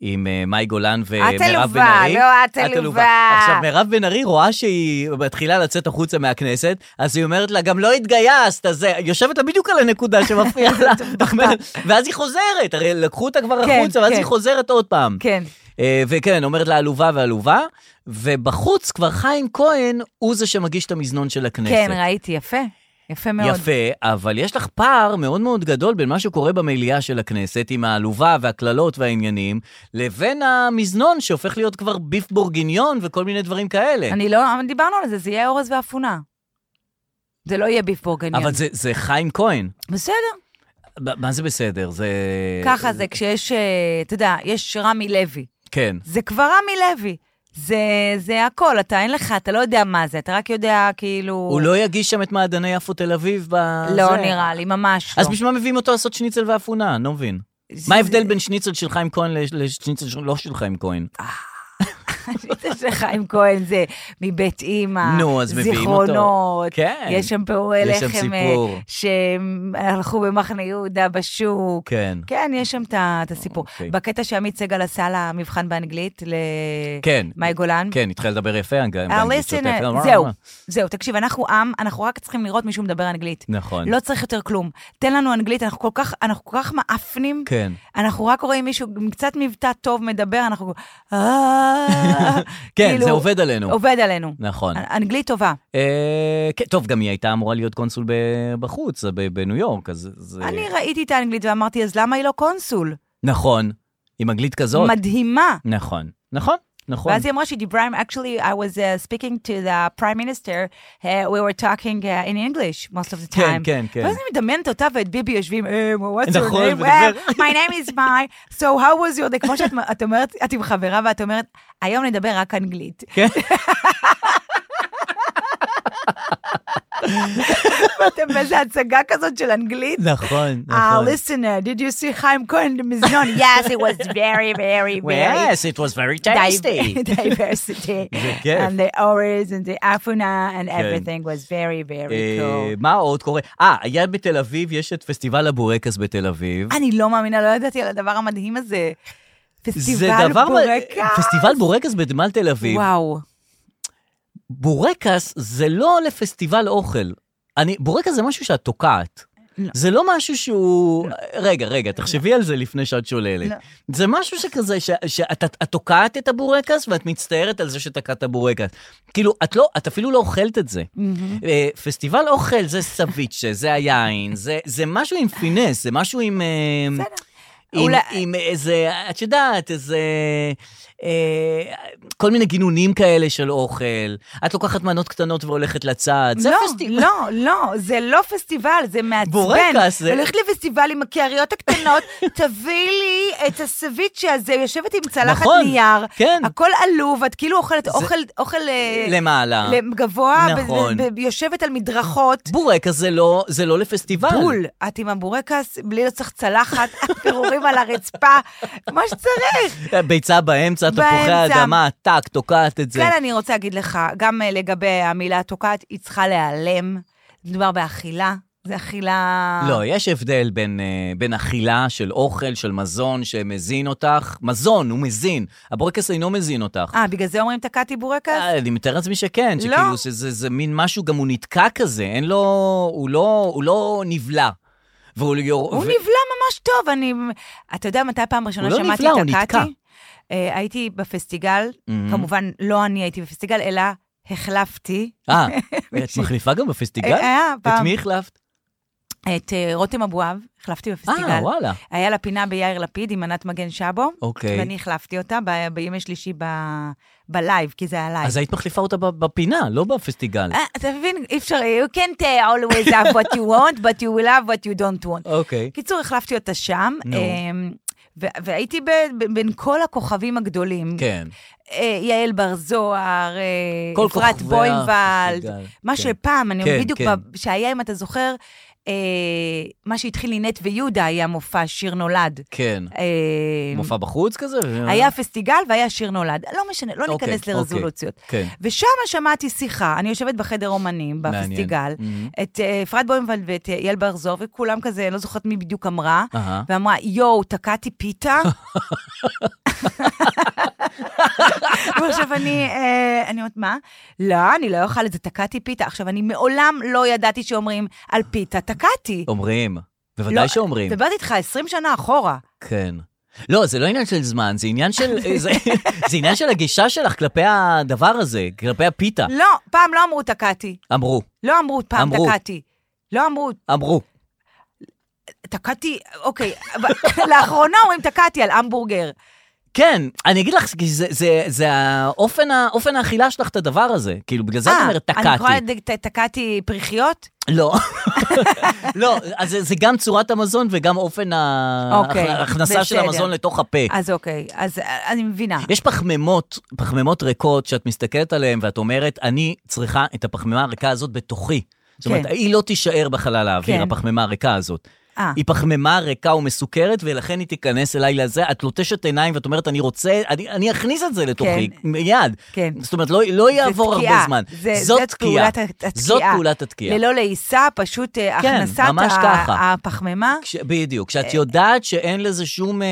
S2: עם אה, מאי גולן
S3: את
S2: ומירב בן
S3: עלובה,
S2: ארי?
S3: לא, את
S2: עלובה.
S3: עלובה.
S2: עכשיו, מירב בן ארי רואה שהיא מתחילה לצאת החוצה מהכנסת, אז היא אומרת לה, גם לא התגייסת, אז זה... יושבת לה בדיוק על הנקודה שמפריעה לה. ואז היא חוזרת, הרי לקחו אותה כבר
S3: כן,
S2: החוצה, ואז
S3: כן.
S2: היא חוזרת עוד פעם.
S3: כן.
S2: אה, וכן, אומרת לה עלובה ועלובה, ובחוץ כבר חיים כהן הוא זה שמגיש את המזנון של הכנסת.
S3: כן, ראיתי, יפה. יפה מאוד.
S2: יפה, אבל יש לך פער מאוד מאוד גדול בין מה שקורה במליאה של הכנסת, עם העלובה והקללות והעניינים, לבין המזנון שהופך להיות כבר ביף בורגיניון וכל מיני דברים כאלה.
S3: אני לא, אבל דיברנו על זה, זה יהיה אורז ואפונה. זה לא יהיה ביף בורגניון.
S2: אבל זה, זה חיים כהן.
S3: בסדר,
S2: ב- מה זה בסדר? זה...
S3: ככה
S2: אה,
S3: זה כשיש, אה, אתה יודע, יש רמי לוי.
S2: כן.
S3: זה כבר רמי לוי. זה, זה הכל, אתה אין לך, אתה לא יודע מה זה, אתה רק יודע כאילו...
S2: הוא לא יגיש שם את מעדני יפו תל אביב ב...
S3: לא
S2: זה.
S3: נראה לי, ממש לא.
S2: אז בשביל מה מביאים אותו לעשות שניצל ואפונה? אני לא מבין.
S3: זה-
S2: מה ההבדל בין שניצל של חיים כהן לש- לשניצל של- לא של חיים כהן?
S3: אה, השאילתה של חיים כהן זה מבית אימא,
S2: נו, אז מביאים אותו.
S3: זיכרונות,
S2: כן.
S3: יש שם פעורי
S2: יש שם
S3: לחם אה,
S2: סיפור.
S3: שהלכו במחנה יהודה בשוק.
S2: כן.
S3: כן, יש שם את ה- את הסיפור.
S2: אוקיי.
S3: בקטע שעמית סגל עשה לה מבחן באנגלית
S2: כן.
S3: למאי גולן.
S2: כן, התחיל לדבר יפה, גם
S3: אה,
S2: באנגלית
S3: listen,
S2: שוטף. לא,
S3: זהו, זהו, תקשיב, אנחנו עם, אנחנו רק צריכים לראות מישהו מדבר אנגלית.
S2: נכון.
S3: לא צריך יותר כלום. תן לנו אנגלית, אנחנו כל כך, אנחנו כל כך מעפנים.
S2: כן.
S3: אנחנו רק רואים מישהו עם קצת מבטא טוב מדבר, אנחנו... אה,
S2: כן,
S3: כאילו,
S2: זה עובד עלינו.
S3: עובד עלינו.
S2: נכון.
S3: אנ- אנגלית טובה.
S2: אה, כן, טוב, גם היא הייתה אמורה להיות קונסול ב- בחוץ, ב- בניו יורק, אז זה...
S3: אני ראיתי את האנגלית ואמרתי, אז למה היא לא קונסול?
S2: נכון, עם אנגלית כזאת.
S3: מדהימה.
S2: נכון, נכון, נכון.
S3: ואז היא אמרה שהיא דיברה, עם- actually I was uh, speaking to the prime minister, uh, we were talking uh, in English most of the
S2: כן,
S3: time.
S2: כן, כן.
S3: ואז אני מדמיינת אותה ואת ביבי יושבים, "אה, Uh, what's your
S2: נכון,
S3: name?
S2: מדבר.
S3: Well, my name is my, so how was your day? כמו שאת את אומרת, את עם חברה ואת אומרת, היום נדבר רק אנגלית.
S2: כן.
S3: ואתם באיזו הצגה כזאת של אנגלית.
S2: נכון,
S3: Ah,
S2: נכון.
S3: listener, did you see חיים כהן במזנון? Yes, it was very, very, very
S2: Yes, it was very tasty.
S3: di- diversity.
S2: זה כיף.
S3: and the orange and the afuna and
S2: כן.
S3: everything was very, very
S2: אה,
S3: cool.
S2: מה עוד קורה? אה, היה בתל אביב, יש את פסטיבל הבורקס בתל אביב.
S3: אני לא מאמינה, לא ידעתי על הדבר המדהים הזה.
S2: זה
S3: פסטיבל
S2: דבר-
S3: בורקה.
S2: פסטיבל בורקס בנמל תל אביב.
S3: וואו.
S2: בורקס זה לא לפסטיבל אוכל. אני, בורקס זה משהו שאת תוקעת.
S3: לא.
S2: זה לא משהו שהוא... רגע, רגע, תחשבי על זה לפני שאת שוללת.
S3: לא.
S2: זה משהו שכזה, ש- שאת את- את תוקעת את הבורקס ואת מצטערת על זה שתקעת בורקס. כאילו, את לא, את אפילו לא אוכלת את זה. אה, פסטיבל אוכל זה סביצ'ה, זה היין, זה- זה משהו עם פינס, זה משהו עם... אה,
S3: בסדר.
S2: עם,
S3: אולי-
S2: עם איזה, את יודעת, איזה... אה, כל מיני גינונים כאלה של אוכל. את לוקחת מנות קטנות והולכת לצד. זה
S3: לא,
S2: פסטיבל.
S3: לא, לא, זה לא פסטיבל, זה מעצבן.
S2: בורקס, זה-
S3: הולכת לפסטיבל עם הקעריות הקטנות, תביאי לי את הסביצ'ה הזה, יושבת עם צלחת
S2: נכון,
S3: נייר,
S2: כן.
S3: הכל עלוב, את כאילו אוכלת אוכל, אוכל אה,
S2: למעלה.
S3: גבוה, ב-
S2: נכון.
S3: ב- ב- יושבת על מדרכות.
S2: בורקס זה לא, זה לא לפסטיבל.
S3: בול, את עם הבורקס, בלי לא צריך צלחת, הפירורים אותם על הרצפה, כמו שצריך.
S2: ביצה באמצע, תפוחי
S3: באמצע.
S2: האדמה, טאק, תוקעת את זה.
S3: כן, אני רוצה להגיד לך, גם אה, לגבי המילה תוקעת, היא צריכה להיעלם. מדובר באכילה, זה אכילה...
S2: לא, יש הבדל בין, אה, בין אכילה של אוכל, של מזון שמזין אותך. מזון, הוא מזין. הבורקס אינו מזין אותך.
S3: אה, בגלל זה אומרים תקעתי בורקס?
S2: אה, אני מתאר לעצמי
S3: לא.
S2: שכן, שכאילו שזה זה מין משהו, גם הוא נתקע כזה, אין לו, הוא לא, הוא לא נבלע. והוא יור...
S3: הוא
S2: ו-
S3: נבלע ממש טוב, אני... אתה יודע מתי פעם ראשונה
S2: הוא לא
S3: שמעתי
S2: נבלע, הוא
S3: תקעתי?
S2: נתקע.
S3: אה, הייתי בפסטיגל,
S2: Mhm.
S3: כמובן לא אני הייתי בפסטיגל, אלא החלפתי.
S2: אה, את מחליפה גם בפסטיגל?
S3: היה
S2: את
S3: אה, פעם
S2: מי החלפת?
S3: את אה, רותם אבואב, החלפתי
S2: אה,
S3: בפסטיגל.
S2: וואלה.
S3: היה לה פינה ביאיר לפיד עם ענת מגן שבו,
S2: אוקיי.
S3: ואני החלפתי אותה ב- בימי שלישי ב- בלייב, כי זה היה לייב.
S2: אז היית מחליפה אותה ב- בפינה, לא בפסטיגל.
S3: אה, אתה מבין, אי אפשר, you can't uh, always have what you want, but you will have what you don't want.
S2: אוקיי.
S3: קיצור, החלפתי אותה שם,
S2: נו.
S3: אמ, ו- והייתי ב- ב- בין כל הכוכבים הגדולים.
S2: כן.
S3: אה, יעל בר זוהר, אה,
S2: כל
S3: אפרת
S2: כוכבי
S3: בוינבלד,
S2: הפסטיגל,
S3: מה
S2: כן.
S3: שפעם, אני
S2: כן,
S3: בדיוק,
S2: כן.
S3: ב- שהיה, אם אתה זוכר, אה, מה שהתחיל לינט ויהודה היה מופע שיר נולד.
S2: כן.
S3: אה,
S2: מופע בחוץ כזה? ו-
S3: היה פסטיגל והיה שיר נולד. לא משנה, לא
S2: אה? אוקיי,
S3: ניכנס
S2: אוקיי.
S3: לרזולוציות.
S2: כן.
S3: ושם שמעתי שיחה, אני יושבת בחדר אומנים
S2: מעניין. Mm-hmm.
S3: בפסטיגל,
S2: מהמם.
S3: את אה, אפרת בוימבלד ואת אה, יעל בר זוהר, וכולם כזה, לא זוכרת מי בדיוק אמרה,
S2: אהה.
S3: ואמרה, יואו, תקעתי פיתה? ועכשיו אני, אה, אני אומרת, מה? לא, אני לא אוכל את זה, תקעתי פיתה. עכשיו, אני מעולם לא ידעתי שאומרים על פיתה, תקעתי.
S2: אומרים. בוודאי
S3: לא,
S2: שאומרים.
S3: מדברת איתך 20 שנה אחורה.
S2: כן. לא, זה לא עניין של זמן, זה עניין של... אה, זה, זה עניין של הגישה שלך כלפי הדבר הזה, כלפי הפיתה.
S3: לא, פעם לא אמרו תקעתי.
S2: אמרו,
S3: לא אמרו פעם
S2: אמרו.
S3: תקעתי. לא אמרו,
S2: אמרו.
S3: תקעתי, אוקיי, אבל לאחרונה אומרים תקעתי על המבורגר.
S2: כן, אני אגיד לך, כי זה, זה, זה האופן, ה- אופן האכילה שלך את הדבר הזה. כאילו, בגלל זה את
S3: אה,
S2: אומרת
S3: אני קוראה
S2: תקעתי.
S3: לזה ת- תקעתי פריחיות?
S2: לא. לא, אז זה, זה גם צורת המזון וגם אופן
S3: אוקיי,
S2: ההכנסה של
S3: בסדר.
S2: המזון לתוך הפה.
S3: אז אוקיי, אז אה, אני מבינה.
S2: יש פחמימות, פחמימות ריקות שאת מסתכלת עליהן ואת אומרת, אני צריכה את הפחמימה הריקה הזאת בתוכי. זאת
S3: כן.
S2: אומרת, היא לא תישאר בחלל האוויר,
S3: כן.
S2: הפחמימה הריקה הזאת.
S3: אה,
S2: היא פחמימה ריקה ומסוכרת, ולכן היא תיכנס אליי לזה. את לוטשת עיניים ואת אומרת, אני רוצה, אני, אני אכניס את זה לתוכי,
S3: כן.
S2: מיד.
S3: כן.
S2: זאת אומרת, לא, לא יעבור
S3: תקיעה.
S2: הרבה זמן.
S3: זה-
S2: זאת
S3: זאת
S2: תקיעה.
S3: פעולת הת-
S2: זאת
S3: התקיעה.
S2: פעולת התקיעה.
S3: ללא לעיסה, פשוט אה,
S2: כן,
S3: הכנסת
S2: ממש
S3: ה-
S2: ככה. כן.
S3: הפחמימה.
S2: כש, בדיוק,
S3: אה,
S2: כשאת יודעת שאין לזה שום אה,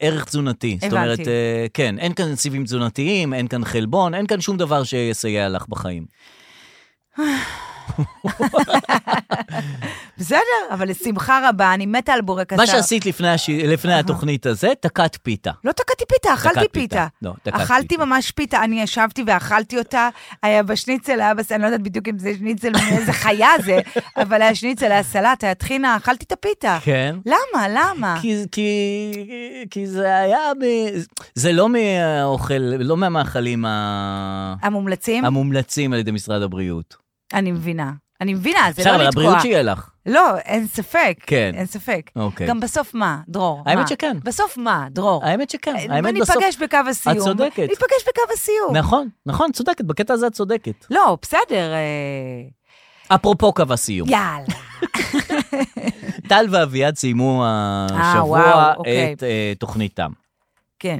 S2: ערך תזונתי. זאת
S3: הבנתי.
S2: אומרת, אה, כן, אין כאן סיבים תזונתיים, אין כאן חלבון, אין כאן שום דבר שיסייע לך בחיים.
S3: בסדר, אבל לשמחה רבה, אני מתה על בורקס.
S2: מה שעשית לפני, הש... לפני התוכנית הזה, תקעת פיתה.
S3: לא תקעתי פיתה, אכלתי
S2: תקעת
S3: פיתה.
S2: לא, תקעת
S3: אכלתי
S2: פיתה.
S3: ממש פיתה, אני ישבתי ואכלתי אותה, היה בשניצל, היה בס... אני לא יודעת בדיוק אם זה שניצל, איזה חיה זה, אבל היה שניצל, היה סלט, היה טחינה, אכלתי את הפיתה.
S2: כן.
S3: למה, למה?
S2: כי, כי, כי זה היה, מ... זה לא מהאוכל, לא מהמאכלים ה...
S3: המומלצים?
S2: המומלצים על ידי משרד הבריאות.
S3: אני מבינה. אני מבינה, זה
S2: בסדר,
S3: לא
S2: אבל
S3: לתקוע.
S2: הבריאות שיהיה לך.
S3: לא, אין ספק.
S2: כן.
S3: אין ספק.
S2: אוקיי.
S3: גם בסוף מה, דרור?
S2: האמת
S3: מה?
S2: שכן.
S3: בסוף מה, דרור?
S2: האמת שכן,
S3: אה,
S2: האמת בסוף...
S3: וניפגש בקו הסיום.
S2: צודקת.
S3: ניפגש בקו הסיום.
S2: נכון, נכון, צודקת, בקטע הזה את צודקת.
S3: לא, בסדר. אה,
S2: אפרופו קו הסיום,
S3: יאללה.
S2: טל ואביעד סיימו השבוע
S3: אה, וואו, אוקיי.
S2: את אה, תוכניתם.
S3: כן.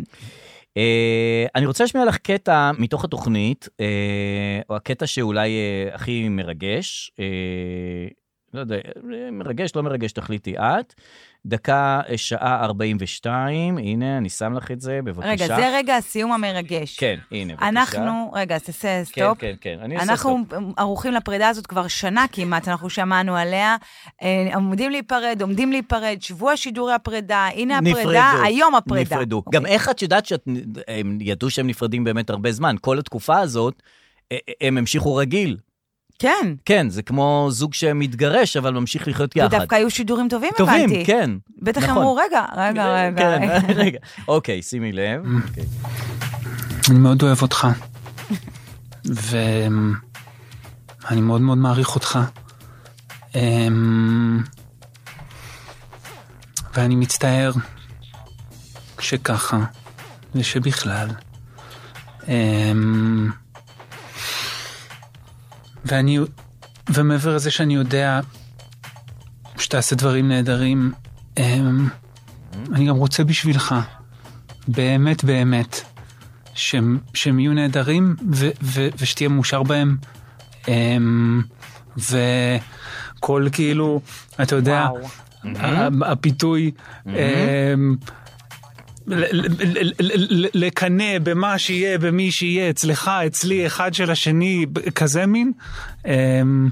S2: אה, אני רוצה להשמיע לך קטע מתוך התוכנית, אה, או הקטע שאולי אה, הכי מרגש, אה, לא יודע, אה, מרגש, לא מרגש, תחליטי את. דקה, אה, שעה 42, הנה, אני שם לך את זה, בבקשה.
S3: רגע, זה רגע הסיום המרגש.
S2: כן, הנה, בבקשה.
S3: אנחנו, רגע, אז תעשה
S2: כן,
S3: סטופ.
S2: כן, כן, אני עושה
S3: אנחנו
S2: סטופ.
S3: ערוכים לפרידה הזאת כבר שנה כמעט, אנחנו שמענו עליה. אה, עומדים להיפרד, עומדים להיפרד, שבוע שידורי הפרידה, הנה הפרידה,
S2: נפרדו.
S3: היום הפרידה.
S2: נפרדו.
S3: אוקיי.
S2: גם איך את יודעת שהם ידעו שהם נפרדים באמת הרבה זמן? כל התקופה הזאת, אה, אה, הם המשיכו רגיל.
S3: כן,
S2: כן, זה כמו זוג שמתגרש, אבל ממשיך לחיות יחד.
S3: ודווקא היו שידורים טובים,
S2: טובים,
S3: הבנתי.
S2: כן.
S3: בטח
S2: נכון.
S3: אמרו, רגע, רגע,
S2: כן,
S3: רגע.
S2: רגע. אוקיי, שימי לב. אוקיי.
S4: אני מאוד אוהב אותך. ואני מאוד מאוד מעריך אותך. אמ, ואני מצטער שככה, ושבכלל. אמ, ואני, ומעבר לזה שאני יודע שתעשה דברים נהדרים, אמ, אני גם רוצה בשבילך, באמת באמת, שהם, שהם יהיו נהדרים ו, ו, ושתהיה מאושר בהם. אמ, וכל כאילו, אתה יודע,
S3: וואו.
S4: ה- ה- הפיתוי, אמ, ל- ל- ל- ל- ל- לקנא במה שיהיה, במי שיהיה, אצלך, אצלי, אחד של השני, ב- כזה מין. אמ,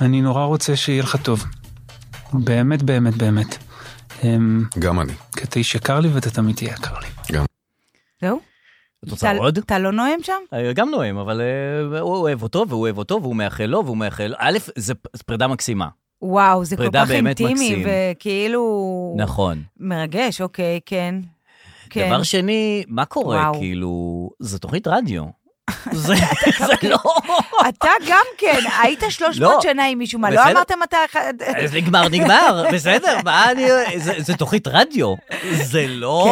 S4: אני נורא רוצה שיהיה לך טוב. באמת, באמת, באמת. אמ,
S5: גם אני.
S4: כי אתה איש יקר לי ואתה תמיד תהיה יקר לי.
S3: זהו?
S2: את רוצה
S3: אתה-
S2: עוד?
S3: אתה לא נואם שם?
S2: אה, גם נואם, אבל אה, הוא אוהב אותו, והוא אוהב אותו, והוא מאחל לו, והוא מאחל... א', זה פ- זה פרידה מקסימה.
S3: וואו, זה כל
S2: פרידה
S3: כך
S2: באמת
S3: אינטימי,
S2: מקסים.
S3: וכאילו...
S2: נכון.
S3: מרגש, אוקיי, כן. כן.
S2: דבר שני, מה קורה?
S3: וואו.
S2: כאילו, זו תוכנית רדיו. זה זה לא...
S3: אתה גם כן, היית 300
S2: לא.
S3: שנה עם מישהו, מה, לא
S2: בסדר.
S3: אמרתם אתה אחד...
S2: אז נגמר, נגמר, בסדר, מה אני... זה- זה תוכנית רדיו. זה לא...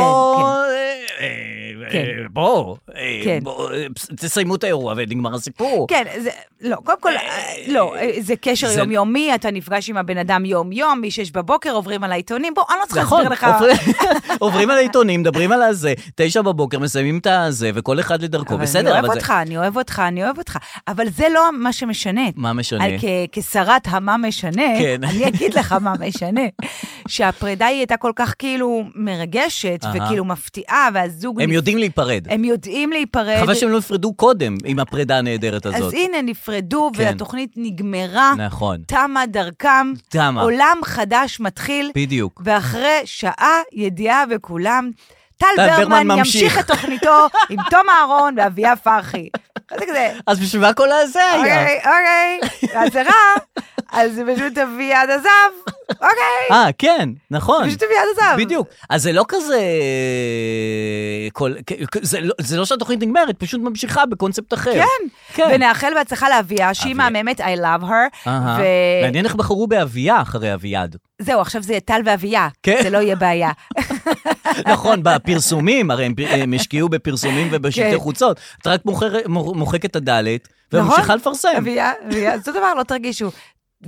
S2: אה, אה,
S3: כן.
S2: בואו, אה,
S3: כן.
S2: בואו, אה, פס- תסיימו את האירוע ונגמר הסיפור.
S3: כן, זה, לא, קודם כל, אה, לא, אה, זה קשר
S2: זה-
S3: יומיומי, אתה נפגש עם הבן אדם יום-יום, משש בבוקר עוברים על העיתונים, בוא, אני לא צריכה
S2: נכון,
S3: להסביר לך.
S2: עוברים- עוברים על העיתונים, מדברים על הזה, תשע בבוקר מסיימים את הזה, וכל אחד לדרכו,
S3: אבל
S2: בסדר,
S3: אני אוהב
S2: אבל זה...
S3: אותך, אני אוהב אותך, אני אוהב אותך. אבל זה לא מה שמשנה.
S2: מה משנה?
S3: על- כ- כשרת המה משנה,
S2: כן.
S3: אני אגיד לך מה משנה. שהפרידה היא הייתה כל כך כאילו מרגשת,
S2: אהה.
S3: וכאילו מפתיעה, והזוג...
S2: הם
S3: נפ-
S2: יודעים להיפרד.
S3: הם יודעים להיפרד.
S2: חבל שהם לא נפרדו קודם עם הפרידה הנהדרת
S3: אז
S2: הזאת.
S3: הנה, נפרדו,
S2: כן.
S3: והתוכנית נגמרה,
S2: נכון,
S3: תמה דרכם,
S2: תמה.
S3: עולם חדש מתחיל,
S2: בדיוק.
S3: ואחרי שעה, ידיעה בכולם, טל
S2: טל
S3: ברמן
S2: ברמן
S3: ימשיך
S2: ממשיך.
S3: את תוכניתו עם תום אהרון ואביה פרחי. זה כזה,
S2: אז בשביל מה כל הזה היה?
S3: אוקיי, אוקיי, אז זה רע, אז זה פשוט אביעד עזב, אוקיי,
S2: אה, כן, נכון.
S3: פשוט אביעד עזב.
S2: בדיוק. אז זה לא כזה... כל... כ- זה, לא, זה לא שהתוכנית נגמרת, פשוט ממשיכה בקונספט אחר.
S3: כן,
S2: כן.
S3: ונאחל בהצלחה לאביה, שהיא
S2: אביה.
S3: מהממת, I love her,
S2: אהה. מעניין איך בחרו באביה אחרי אביעד.
S3: וזהו, עכשיו זה טל ואביה,
S2: כן.
S3: זה לא יהיה בעיה.
S2: נכון, בפרסומים, הרי הם, פ- הם השקיעו בפרסומים
S3: כן.
S2: ובשלטי חוצות. את רק מוכר- מור- מוחקת את הדלת,
S3: נכון.
S2: וממשיכה לפרסם.
S3: אביה, אביה, זה דבר, לא תרגישו.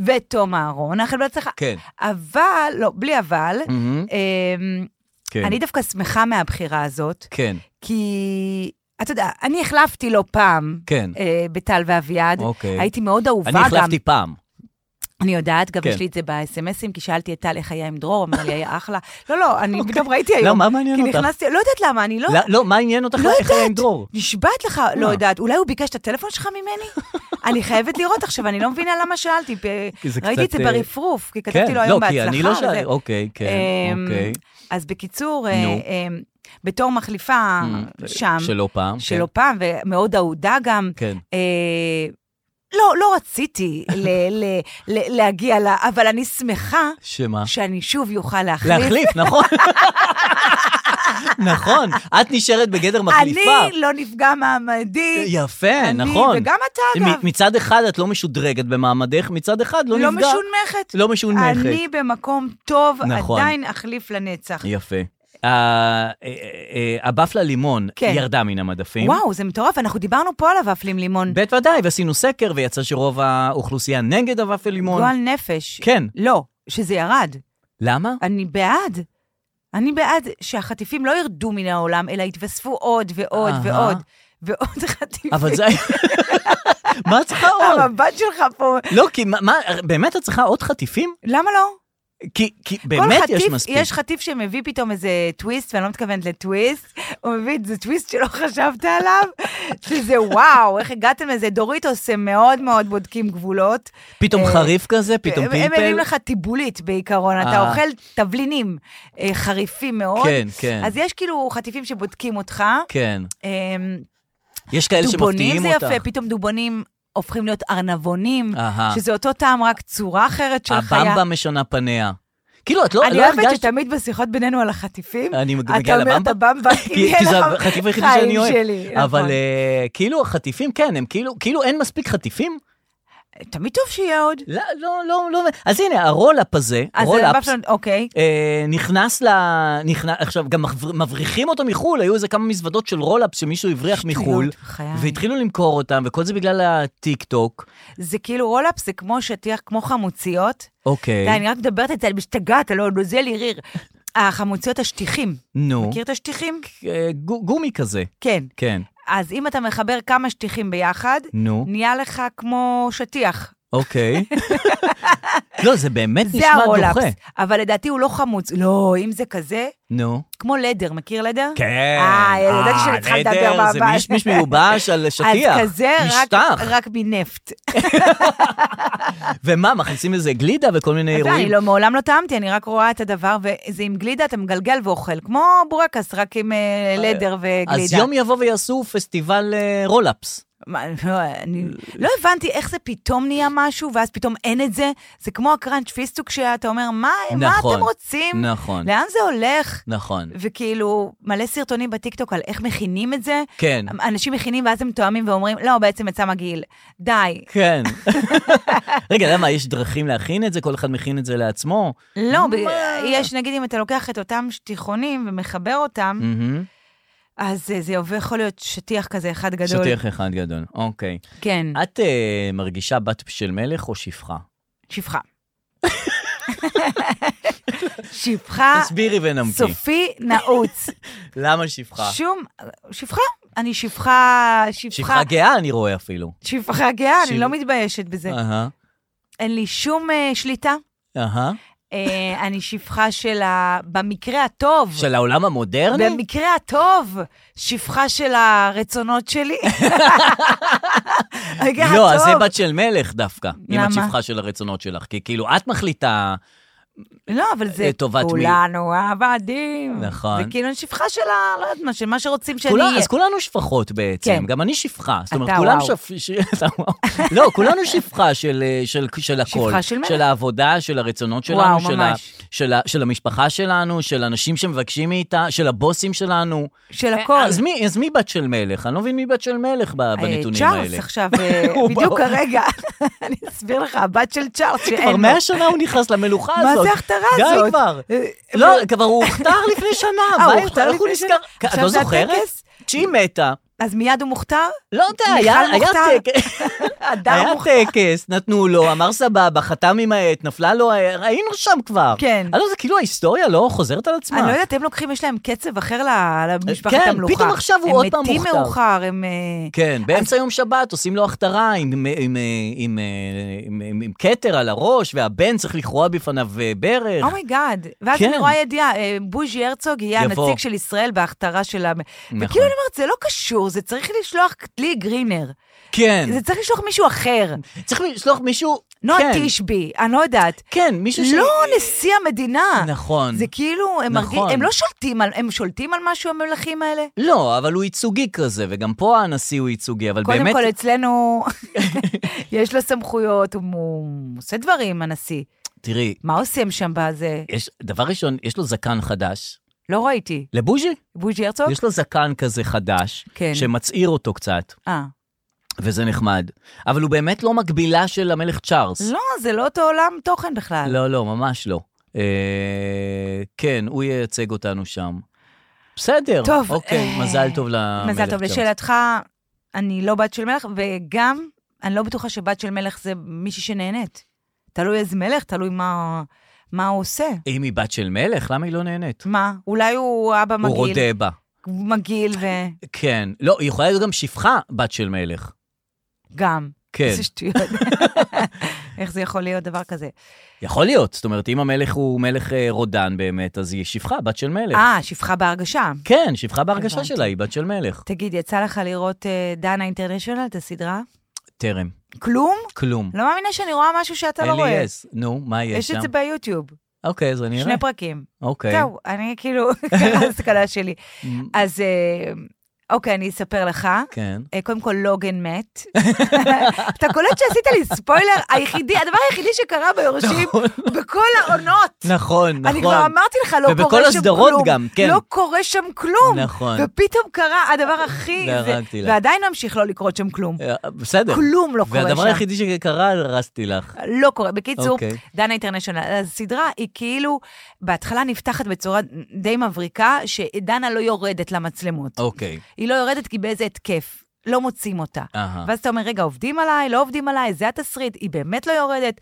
S3: ותום אהרון, נאחל בהצלחה.
S2: כן.
S3: אבל, לא, בלי אבל,
S2: מהמם,
S3: אמ,
S2: כן.
S3: אני דווקא שמחה מהבחירה הזאת,
S2: כן,
S3: כי, אתה יודע, אני החלפתי לא פעם.
S2: כן.
S3: אה, בטל ואביעד,
S2: אוקיי.
S3: הייתי מאוד אהובה
S2: אני
S3: גם.
S2: החלפתי פעם.
S3: אני יודעת, גם
S2: כן.
S3: יש לי את זה באס.אם.אסים, כי שאלתי את טל איך היה עם דרור, אמר לי, היה אחלה. לא, לא, אני פתאום ראיתי היום.
S2: לא, מה מעניין
S3: כי
S2: אותך?
S3: נכנסתי, לא יודעת למה, אני לא...
S2: לא, לא, מה עניין אותך?
S3: לא
S2: איך היה עם דרור?
S3: נשבעת לך, לא יודעת, אולי הוא ביקש את הטלפון שלך ממני? אני חייבת לראות עכשיו, אני לא מבינה למה שאלתי. ב-
S2: כי זה
S3: ראיתי את
S2: קצת,
S3: זה
S2: אה,
S3: ברפרוף, כי
S2: כן,
S3: כתבתי לו היום
S2: לא,
S3: בהצלחה.
S2: כי אני לא
S3: וזה.
S2: שאלתי, אוקיי, כן,
S3: אמ,
S2: אוקיי.
S3: אז בקיצור, אה,
S2: נו.
S3: אמ, בתור מחליפה
S2: אמ,
S3: שם,
S2: שלא פעם.
S3: שלא פעם, ומאוד אהודה גם,
S2: כן. כן.
S3: אה, לא, לא רציתי ל- ל- ל- להגיע ל... אבל אני שמחה
S2: שמה?
S3: שאני שוב יוכל להחליף.
S2: אה? להחליף, נכון. נכון, את נשארת בגדר מחליפה. אה,
S3: אני לא נפגע מעמדי.
S2: יפה,
S3: אני-
S2: נכון.
S3: וגם אתה, אגב.
S2: מ- מצד אחד את לא משודרגת במעמדך, מצד אחד לא
S3: לא
S2: נפגע.
S3: משונמכת.
S2: לא משונמכת.
S3: אני במקום טוב,
S2: נכון.
S3: עדיין אחליף לנצח.
S2: יפה. אה, אה, אה, הבפלה לימון
S3: כן.
S2: ירדה מן המדפים.
S3: וואו, זה מטורף, אנחנו דיברנו פה על הוואפלים לימון.
S2: בית ודאי, ועשינו סקר, ויצא שרוב האוכלוסייה נגד הבפל לימון.
S3: גועל נפש.
S2: כן.
S3: לא, שזה ירד.
S2: למה?
S3: אני בעד. אני בעד שהחטיפים לא ירדו מן העולם, אלא יתווספו עוד ועוד
S2: אהה.
S3: ועוד. ועוד חטיפים.
S2: אבל זה... מה את צריכה עוד?
S3: המבט שלך פה,
S2: לא, כי מה- מה, באמת את צריכה עוד חטיפים?
S3: למה לא?
S2: כי כי
S3: כל
S2: באמת יש
S3: חטיף-
S2: מספיק.
S3: יש חטיף שמביא פתאום איזה טוויסט, ואני לא מתכוונת לטוויסט, הוא מביא איזה טוויסט שלא חשבת עליו, שזה וואו, איך הגעתם לזה? דוריטוס הם מאוד מאוד בודקים גבולות.
S2: פתאום
S3: אה,
S2: חריף כזה, פתאום
S3: הם- הם מביאים
S2: פלפל.
S3: לך טיבולית בעיקרון, אתה
S2: אה.
S3: אוכל תבלינים אה, חריפים מאוד.
S2: כן, כן.
S3: אז יש כאילו חטיפים שבודקים אותך.
S2: כן.
S3: אמ,
S2: יש כאלה
S3: דובונים
S2: שמפתיעים
S3: זה
S2: אותך.
S3: יפה, פתאום דובונים הופכים להיות ארנבונים,
S2: אהה.
S3: שזה אותו טעם, רק צורה אחרת של חיה.
S2: הבמבה משנה פניה. כאילו, את אה, לא
S3: אני
S2: לא
S3: אוהבת
S2: הרגשת...
S3: שתמיד בשיחות בינינו על החטיפים,
S2: אני
S3: אתה
S2: מגיע
S3: אומר את
S2: לבמבה?
S3: הבמבה,
S2: כי כי זה החטיף היחידי שאני אוהב.
S3: חיים שלי,
S2: אבל
S3: נכון.
S2: אה, כאילו החטיפים, כן, הם כאילו, כאילו אין מספיק חטיפים?
S3: תמיד טוב שיהיה עוד.
S2: לא, לא, לא, לא. אז הנה, הרולאפ הזה,
S3: אז אה,
S2: רולאפ,
S3: הבמבה שלנו- אוקיי.
S2: אה, נכנס ל... נכנס, עכשיו, גם מבר- מבריחים אותו מחו"ל, היו איזה כמה מזוודות של רולאפ שמישהו הבריח
S3: שטויות,
S2: מחו"ל,
S3: חיי.
S2: והתחילו למכור אותם, וכל זה בגלל הטיק טוק.
S3: זה כאילו רולאפ, זה כמו שטיח, כמו חמוציות. די,
S2: אוקיי.
S3: אני רק מדברת את לא- זה, אני משתגעת, הלוא נוזל לי ריר. החמוציות השטיחים.
S2: נו,
S3: מכיר את השטיחים?
S2: אה, גו- גומי כזה.
S3: כן.
S2: כן,
S3: אז אם אתה מחבר כמה שטיחים ביחד,
S2: נו,
S3: נהיה לך כמו שטיח.
S2: אוקיי. לא, זה באמת
S3: זה
S2: נשמע
S3: הרולאפס.
S2: דוחה.
S3: אבל לדעתי הוא לא חמוץ. לא, אם זה כזה,
S2: נו.
S3: כמו לדר, מכיר לדר?
S2: כן.
S3: אה, ידעתי שנתחלת
S2: נדר,
S3: לדבר
S2: זה
S3: בבית.
S2: מיש- מיש מיובש על שטיח.
S3: אז כזה, רק,
S2: משטח.
S3: רק מנפט.
S2: ומה, מכניסים איזה גלידה וכל מיני
S3: אתה יודע,
S2: אירועים?
S3: אני לא, מעולם לא טעמתי, אני רק רואה את הדבר, וזה עם גלידה, אתה מגלגל ואוכל, כמו בורקס, רק עם אה, לדר וגלידה.
S2: אז יום יבוא ויעשו פסטיבל אה, רולאפס.
S3: מה, לא, אני לא הבנתי איך זה פתאום נהיה משהו, ואז פתאום אין את זה. זה כמו הקראנץ' פיסטוק שאתה אומר, מה, מה
S2: נכון,
S3: אתם רוצים?
S2: נכון,
S3: לאן זה הולך?
S2: נכון.
S3: וכאילו, מלא סרטונים בטיקטוק על איך מכינים את זה.
S2: כן.
S3: אנשים מכינים ואז הם תואמים ואומרים, לא, בעצם יצא מגעיל. די.
S2: כן. רגע, למה, יש דרכים להכין את זה? כל אחד מכין את זה לעצמו?
S3: לא, ב- יש, נגיד, אם אתה לוקח את אותם שטיחונים ומחבר אותם,
S2: מהמם.
S3: אז אה, זה יובל- יכול להיות שטיח כזה אחד גדול.
S2: שטיח אחד גדול, אוקיי.
S3: כן,
S2: את אה, מרגישה בת של מלך או שפחה?
S3: שפחה. שפחה,
S2: תסבירי ונמקי.
S3: סופי נעוץ.
S2: למה שפחה?
S3: שום, שפחה. אני שפחה, שפחה,
S2: שפחה גאה אני רואה אפילו.
S3: שפחה גאה,
S2: שפ-
S3: אני לא מתביישת בזה.
S2: אהה,
S3: אין לי שום אה, שליטה.
S2: אהה.
S3: אה, אני שפחה של ה... במקרה הטוב.
S2: של העולם המודרני?
S3: במקרה הטוב, שפחה של הרצונות שלי. במקרה
S2: לא, אז
S3: הטוב.
S2: זה בת של מלך דווקא. אם את
S3: למה?
S2: שפחה של הרצונות שלך. כי כאילו, את מחליטה...
S3: לא, אבל זה
S2: אה, טובת מי?
S3: כולנו עבדים.
S2: נכון.
S3: זה כאילו שפחה של ה... לא יודעת מה, של מה שרוצים שאני
S2: כולה,
S3: אהיה.
S2: אז כולנו שפחות בעצם,
S3: כן.
S2: גם אני שפחה. זאת אומרת,
S3: אתה
S2: כולם
S3: וואו.
S2: שפ... ש- אתה וואו. לא, כולנו שפחה של, אה, של, של הכל.
S3: שפחה של מלך.
S2: של העבודה, של הרצונות שלנו,
S3: וואו,
S2: של, ה,
S3: ממש.
S2: של, ה, של המשפחה שלנו, של אנשים שמבקשים מאיתה, של הבוסים שלנו.
S3: של הכל.
S2: אה, אז מי, אז מי בת של מלך? אני לא מבין מי בת של מלך ב-
S3: אה,
S2: בנתונים
S3: צ'ארלס
S2: האלה.
S3: עכשיו, אה,
S2: הוא
S3: בדיוק
S2: בא-
S3: כרגע, אני אסביר לך, הבת של צ'ארלס,
S2: כבר
S3: שאין לו.
S2: מאה שנה הוא נכנס למלוכה
S3: מה
S2: הזאת.
S3: זה ההכתרה
S2: די
S3: הזאת?
S2: כבר.
S3: אה,
S2: לא, כבר הוא הוכתר לפני שנה.
S3: אה,
S2: מה,
S3: הוא הוכתר
S2: איך הוא
S3: לפני
S2: נזכר?
S3: שנה?
S2: את לא
S3: עכשיו זה
S2: זוכרת?
S3: הטקס?
S2: כשהיא מתה.
S3: אז מיד הוא מוכתר?
S2: לא יודע, היה
S3: מיכל
S2: היה
S3: מוכתר?
S2: טקס.
S3: הדר
S2: היה
S3: מוכתר.
S2: טקס, נתנו לו, אמר סבבה, חתם עם העט, נפלה לו, העט, היינו שם כבר.
S3: כן.
S2: הלו, זה כאילו ההיסטוריה לא חוזרת על עצמה.
S3: אני לא יודעת, הם לוקחים, יש להם קצב אחר ל- למשפחת
S2: כן,
S3: המלוכה.
S2: פתאום עכשיו הוא עוד פעם
S3: הם
S2: מוכתר.
S3: מתים מאוחר, הם... אה,
S2: כן, באמצע יום שבת עושים לו הכתרה עם- עם- עם- עם- עם- עם- עם כתר על הראש, והבן צריך לכרוע בפניו אה, ברך.
S3: אומייגאד. Oh ואז
S2: כן.
S3: אני רואה ידיעה, אה, בוז'י הרצוג יהיה
S2: יבוא. נכון.
S3: הנציג של ישראל בהכתרה של ה... וכאילו אני אומרת, זה לא קשור, זה צריך לשלוח לי גרינר.
S2: כן,
S3: זה צריך לשלוח מישהו אחר.
S2: צריך לשלוח מישהו...
S3: נועה
S2: כן,
S3: תשבי, אני לא יודעת.
S2: כן, מישהו ש...
S3: לא נשיא המדינה.
S2: נכון.
S3: זה כאילו, הם, מרגיש,
S2: נכון.
S3: הם לא שולטים על, הם שולטים על משהו המלכים האלה?
S2: לא, אבל הוא ייצוגי כזה, וגם פה הנשיא הוא ייצוגי, אבל
S3: קודם
S2: באמת...
S3: כל, אצלנו יש לו סמכויות, הוא, הוא עושה דברים, הנשיא.
S2: תראי,
S3: מה עושים שם בזה?
S2: יש, דבר ראשון, יש לו זקן חדש.
S3: לא ראיתי.
S2: לבוז'י?
S3: בוז'י הרצוג?
S2: יש לו זקן כזה חדש,
S3: אוקיי. כן.
S2: שמצעיר אותו קצת,
S3: אה.
S2: וזה נחמד. אבל הוא באמת לא מקבילה של המלך צ'ארלס.
S3: לא, זה לא אותו עולם תוכן בכלל.
S2: לא, לא, ממש לא. אה, כן, הוא ייצג אותנו שם. בסדר.
S3: טוב,
S2: אוקיי,
S3: אה,
S2: מזל טוב למלך
S3: מזל טוב,
S2: צ'ארלס.
S3: לשאלתך, אני לא בת של מלך, וגם, אני לא בטוחה שבת של מלך זה מישהי שנהנית. תלוי איזה מלך, תלוי מה, מה הוא עושה.
S2: אם היא בת של מלך, למה היא לא נהנית?
S3: מה? אולי הוא אבא מגעיל.
S2: הוא רודה בה.
S3: הוא מגעיל
S2: כן. לא, היא יכולה להיות גם שפחה בת של מלך.
S3: וגם.
S2: כן.
S3: איזה שטויות. איך זה יכול להיות דבר כזה?
S2: יכול להיות. זאת אומרת, אם המלך הוא מלך אה, רודן באמת, אז היא שפחה, בת של מלך.
S3: אה, שפחה בהרגשה.
S2: כן, שפחה בהרגשה
S3: הבנתי.
S2: שלה, היא בת של מלך.
S3: תגיד, יצא לך לראות אה, דנה אינטרנשיונל, את הסדרה?
S2: טרם.
S3: כלום?
S2: כלום.
S3: לא מאמינה שאני רואה משהו שאתה לא
S2: אין לי
S3: רואה.
S2: יס. נו, מה יש
S3: יש
S2: שם?
S3: את זה ביוטיוב,
S2: אוקיי, אז אני אראה.
S3: שני פרקים.
S2: אוקיי.
S3: זהו, אני כאילו, ככה הסקלה שלי.
S2: מ-
S3: אז אה, אוקיי, אני אספר לך.
S2: כן.
S3: אה, קודם כל, לוגן מת. אתה קולט שעשית לי ספוילר היחידי, הדבר היחידי שקרה ביורשים בכל העונות.
S2: נכון, נכון.
S3: אני כבר אמרתי לך, לא קורה שם
S2: ובכל
S3: כלום.
S2: הסדרות גם, כן.
S3: לא קורה שם כלום.
S2: נכון.
S3: ופתאום קרה הדבר הכי... זה-
S2: דאגתי לך.
S3: ועדיין ממשיך לא לקרות שם כלום.
S2: אה, בסדר.
S3: כלום לא קורה
S2: והדבר
S3: שם.
S2: היחידי שקרה, הרסתי לך.
S3: לא קורה. בקיצור,
S2: אוקיי.
S3: דנה אינטרנשיונל, הסדרה היא כאילו, בהתחלה נפתחת בצורה די מבריקה, שדנה לא יורדת למצלמות.
S2: אוקיי.
S3: היא לא יורדת כי באיזה התקף. לא מוצאים אותה.
S2: אהה.
S3: ואז אתה אומר, רגע, עובדים עליי, לא עובדים עליי, זה התסריט, היא באמת לא יורדת,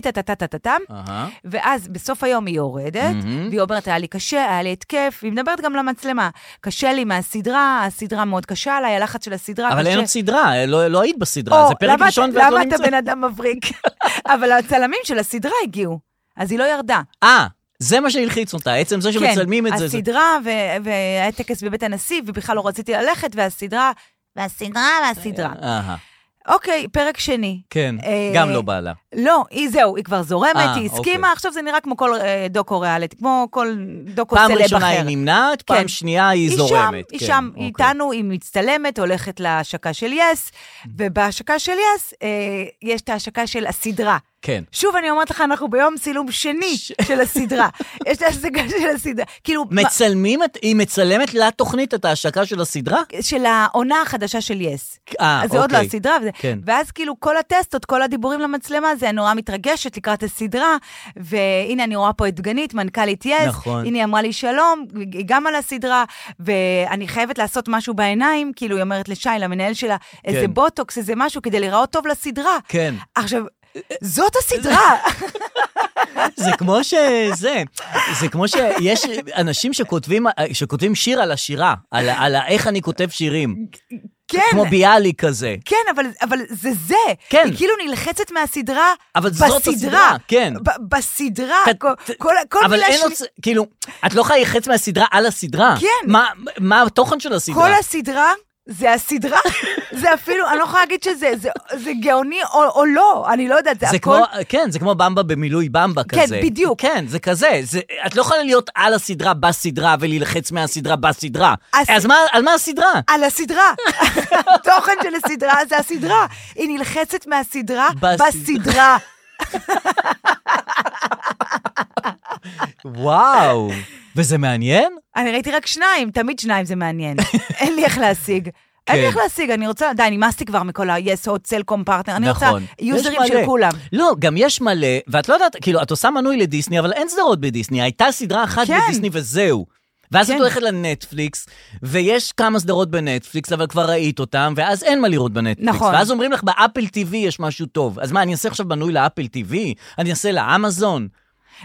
S3: טה-טה-טה-טה-טה-טה-טם.
S2: אהה.
S3: ואז בסוף היום היא יורדת,
S2: מהמם.
S3: והיא אומרת, היה לי קשה, היה לי התקף, והיא מדברת גם למצלמה. קשה לי מהסדרה, הסדרה מאוד קשה עליי, הלחץ של הסדרה
S2: אבל
S3: קשה.
S2: אין עוד סדרה, לא לא היית בסדרה, זה
S3: או,
S2: פרק
S3: למה-
S2: ראשון ואת לא
S3: למה אתה
S2: נמצאת.
S3: בן אדם מבריק? אבל הצלמים של הסדרה הגיעו, אז היא לא ירדה.
S2: אה, זה מה שהלחיץ אותה, עצם זה שמצלמים את זה. זה-
S3: כן, הסדרה, ו- והיה טקס בבית הנשיא, ובכלל לא רציתי ללכת, והסדרה, והסדרה, והסדרה.
S2: אהה,
S3: אוקיי, פרק שני.
S2: אה. כן,
S3: אה,
S2: גם לא בא לה.
S3: לא, היא זהו, היא כבר זורמת,
S2: אה,
S3: היא הסכימה,
S2: אוקיי.
S3: עכשיו זה נראה כמו כל אה, דוקו ריאליטי, כמו כל דוקו סלב
S2: פעם
S3: אחר.
S2: ראשונה היא נמנעת,
S3: כן.
S2: פעם שנייה היא זורמת.
S3: היא
S2: כן,
S3: שם, היא שם,
S2: אוקיי.
S3: היא איתנו, היא מצטלמת, הולכת להשקה של יס,
S2: Mm-hmm.
S3: ובהשקה של יס אה, יש את ההשקה של הסדרה.
S2: כן.
S3: שוב, אני אומרת לך, אנחנו ביום צילום שני של הסדרה. יש את ההשגה של הסדרה. כאילו,
S2: מצלמים, את- היא מצלמת לתוכנית את ההשקה של הסדרה?
S3: מה- של העונה החדשה של יס.
S2: אה,
S3: אז זה עוד לא
S2: אוקיי.
S3: הסדרה, וזה-
S2: כן.
S3: ואז כאילו כל הטסטות, כל הדיבורים למצלמה, זה נורא מתרגשת לקראת הסדרה, והנה אני רואה פה את דגנית, מנכ"לית יס,
S2: נכון.
S3: הנה היא אמרה לי שלום, היא גם על הסדרה, ואני חייבת לעשות משהו בעיניים, כאילו היא אומרת לשי, למנהל שלה, איזה בוטוקס, איזה משהו, כדי להיראות טוב לסדרה.
S2: כן. אה,
S3: עכשיו, זאת הסדרה.
S2: זה כמו שזה, זה כמו שיש אנשים שכותבים, אה, שכותבים שיר על השירה, על, ה- על ה- איך אני כותב שירים.
S3: כן.
S2: כמו ביאליק כזה.
S3: כן, אבל, אבל זה זה.
S2: כן.
S3: היא כאילו נלחצת מהסדרה
S2: אבל
S3: בסדרה.
S2: זאת הסדרה, כן.
S3: ב- בסדרה,
S2: ת-
S3: כל,
S2: ת-
S3: כל, כל
S2: אבל
S3: מילה
S2: אין
S3: שלי-
S2: עוד, ס- כאילו, את לא יכולה להיחץ מהסדרה על הסדרה.
S3: כן.
S2: מה, מה התוכן של הסדרה?
S3: כל הסדרה זה הסדרה. זה אפילו, אני לא יכולה להגיד שזה זה, זה גאוני או, או לא, אני לא יודעת, זה,
S2: זה
S3: הכל...
S2: כמו, כן, זה כמו במבה במילוי במבה
S3: כן,
S2: כזה.
S3: בדיוק.
S2: כן, זה כזה. זה, את לא יכולה להיות על הסדרה בסדרה ולהילחץ מהסדרה בסדרה.
S3: הס-
S2: אז מה, על מה הסדרה?
S3: על הסדרה. התוכן של הסדרה זה הסדרה. היא נלחצת מהסדרה
S2: בסדרה.
S3: בסדרה.
S2: וואו. וזה מעניין?
S3: אני ראיתי רק שניים, תמיד שניים זה מעניין. אין לי איך להשיג. אין לי
S2: כן.
S3: איך להשיג, אני רוצה, די, נמאסתי כבר מכל ה-yes עוד סלקום פרטנר, אני רוצה יוזרים
S2: נכון. יש
S3: של
S2: מלא.
S3: כולם.
S2: לא, גם יש מלא, ואת לא יודעת, כאילו, את עושה מנוי לדיסני, אבל אין סדרות בדיסני. הייתה סדרה אחת
S3: כן.
S2: בדיסני וזהו. ואז
S3: כן.
S2: את הולכת לנטפליקס, ויש כמה סדרות בנטפליקס, אבל כבר ראית אותן, ואז אין מה לראות בנטפליקס.
S3: נכון.
S2: ואז אומרים לך, באפל TV יש משהו טוב. אז מה, אני אעשה עכשיו מנוי לאפל TV? אני אעשה לאמזון?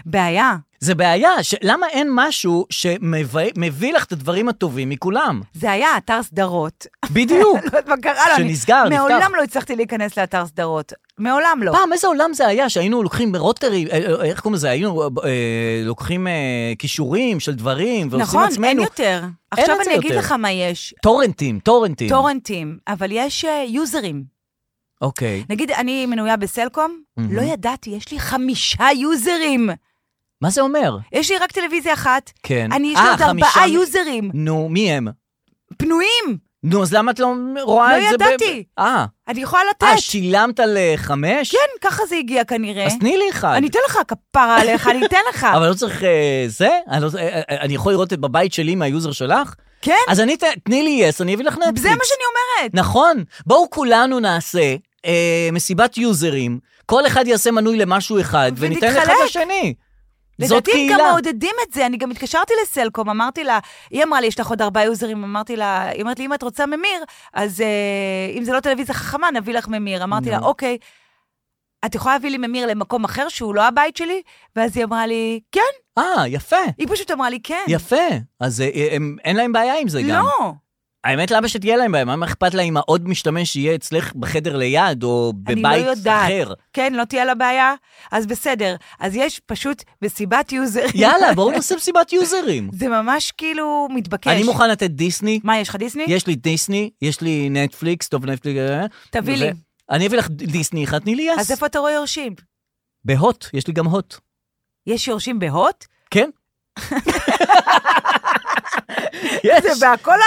S3: בעיה,
S2: זה בעיה, ש... למה אין משהו שמביא לך את הדברים הטובים מכולם?
S3: זה היה אתר סדרות.
S2: בדיוק.
S3: לא יודעת מה קרה לו. אני-
S2: שנסגר, נפתח.
S3: מעולם לא הצלחתי להיכנס לאתר סדרות. מעולם לא.
S2: פעם, איזה עולם זה היה שהיינו לוקחים רוטרי, אה, אה, איך קוראים לזה? היינו אה, אה, לוקחים אה, כישורים של דברים, ועושים
S3: נכון,
S2: עצמנו.
S3: אין יותר.
S2: את
S3: עכשיו
S2: זה
S3: אני אגיד
S2: יותר.
S3: לך מה יש.
S2: טורנטים, טורנטים.
S3: טורנטים, אבל יש אה, יוזרים.
S2: אוקיי.
S3: נגיד, אני מנויה בסלקום,
S2: מהמם.
S3: לא ידעתי, יש לי חמישה יוזרים.
S2: מה זה אומר?
S3: יש לי רק טלוויזיה אחת,
S2: כן.
S3: אני, יש לי
S2: אה,
S3: עוד
S2: חמישה
S3: ארבעה
S2: מ-
S3: יוזרים
S2: נו, מי הם?
S3: פנויים.
S2: נו, אז למה את לא רואה
S3: לא
S2: את זה? ב-
S3: ידעתי.
S2: אה,
S3: אני יכולה
S2: אה,
S3: לתת.
S2: שילמת על אה, חמש?
S3: כן, ככה זה הגיע כנראה.
S2: אז תני לי אחד.
S3: אני אתן לך כפרה עליך, אני אתן לך.
S2: אבל לא צריך אה, זה? אני לא- אה, אה, אני יכול לראות את בבית שלי מהיוזר שלך?
S3: כן,
S2: אז אני, ת- תני לי יס, אני אביא לך נטפליקס.
S3: זה מה שאני אומרת.
S2: נכון. בואו כולנו נעשה אה, מסיבת יוזרים, כל אחד יעשה מנוי למשהו אחד, וניתן
S3: ונתחלק.
S2: אחד לשני. זאת
S3: לדעתי הם גם
S2: קהילה.
S3: מעודדים את זה, אני גם התקשרתי לסלקום, אמרתי לה, היא אמרה לי, יש לך עוד ארבעה יוזרים, אמרתי לה, היא אמרת לי, אם את רוצה ממיר, אז אה, אם זה לא טלוויזיה חכמה, נביא לך ממיר. אמרתי לה,
S2: נו.
S3: אוקיי, את יכולה להביא לי ממיר למקום אחר שהוא לא הבית שלי? ואז היא אמרה לי, כן.
S2: אה, יפה,
S3: היא פשוט אמרה לי, כן.
S2: יפה. אז אה, הם, אין להם בעיה עם זה גם.
S3: לא,
S2: האמת, למה שתהיה להם בעיה? מה אכפת לה אם העוד משתמש יהיה אצלך בחדר ליד, או
S3: אני
S2: בבית
S3: לא יודעת.
S2: אחר?
S3: כן, לא תהיה לה בעיה? אז בסדר. אז יש פשוט מסיבת יוזרים.
S2: יאללה, בואו נעשה מסיבת יוזרים.
S3: זה ממש כאילו מתבקש.
S2: אני מוכן לתת דיסני,
S3: מה, יש לך דיסני?
S2: יש לי דיסני, יש לי נטפליקס, טוב נטפליקס. אה,
S3: תביא
S2: ו-
S3: לי.
S2: אני אביא לך דיסני אחד, תני לי
S3: אז
S2: יס.
S3: איפה אתה רואה יורשים?
S2: בהוט, יש לי גם הוט.
S3: יש יורשים בהוט?
S2: כן. יש.
S3: זה בכל ה...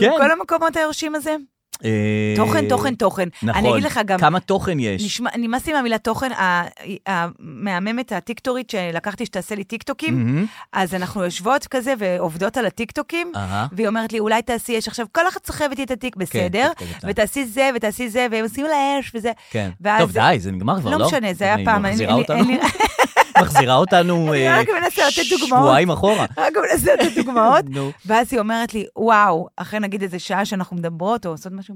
S2: כן.
S3: בכל המקומות היורשים הזה?
S2: אה,
S3: תוכן, תוכן, תוכן.
S2: נכון.
S3: אני אגיד לך גם,
S2: כמה תוכן יש.
S3: נשמע- נמאס לי מהמילה תוכן, ה- המהממת הטיקטורית שלקחתי שתעשה לי טיקטוקים,
S2: מהמם.
S3: אז אנחנו יושבות כזה ועובדות על הטיקטוקים,
S2: אהה. כן,
S3: והיא אומרת לי, אולי תעשי אש עכשיו, כל אחת סוחבת לי את התיק, בסדר,
S2: טוב, טוב, טוב.
S3: ותעשי זה, ותעשי זה, והם עושים לה אש וזה.
S2: כן.
S3: ואז-
S2: טוב, די, זה נגמר כבר, לא?
S3: לא משנה, זה היה
S2: היא
S3: פעם,
S2: מחזירה
S3: אני- אני-
S2: אותנו?
S3: אין לי-
S2: מחזירה אותנו
S3: אני
S2: אה,
S3: רק מנסה לתת דוגמאות.
S2: שבועיים אחורה.
S3: רק מנסה לתת דוגמאות,
S2: נו.
S3: ואז היא אומרת לי, וואו, אחרי נגיד איזה שעה שאנחנו מדברות או עושות משהו,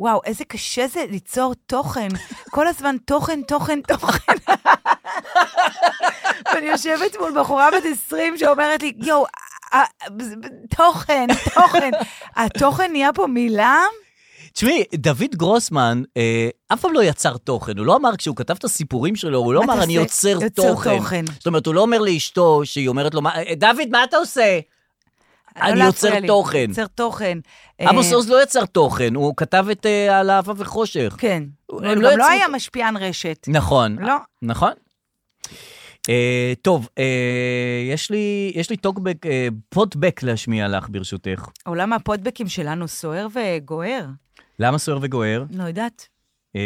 S3: וואו, איזה קשה זה ליצור תוכן, כל הזמן תוכן, תוכן, תוכן. ואני יושבת מול בחורה בת 20 שאומרת לי, יואו, אה, אה, תוכן, תוכן. התוכן נהיה פה מילה?
S2: תשמעי, דוד גרוסמן אה, אף פעם לא יצר תוכן, הוא לא אמר, כשהוא כתב את הסיפורים שלו, הוא לא
S3: מה
S2: אמר,
S3: אתה
S2: אני
S3: עושה?
S2: יוצר
S3: יוצר
S2: תוכן.
S3: תוכן.
S2: זאת אומרת, הוא לא אומר לאשתו, שהיא אומרת לו, "מה- אה, דוד, מה אתה עושה? אני
S3: לא
S2: יוצר
S3: להפריע לי.
S2: תוכן.
S3: יוצר תוכן.
S2: עמוס
S3: אה,
S2: עוז לא יצר תוכן, הוא כתב את אה, על אהבה וחושך.
S3: כן.
S2: הם
S3: הוא
S2: לא
S3: גם
S2: יצרו-
S3: לא היה משפיען רשת.
S2: נכון.
S3: לא.
S2: נכון. אה, טוב, אה, יש לי, יש לי טוקבק, אה, פודבק להשמיע לך, ברשותך.
S3: עולם הפודבקים שלנו סוער וגוער.
S2: למה סוער וגוער?
S3: לא יודעת.
S2: אה,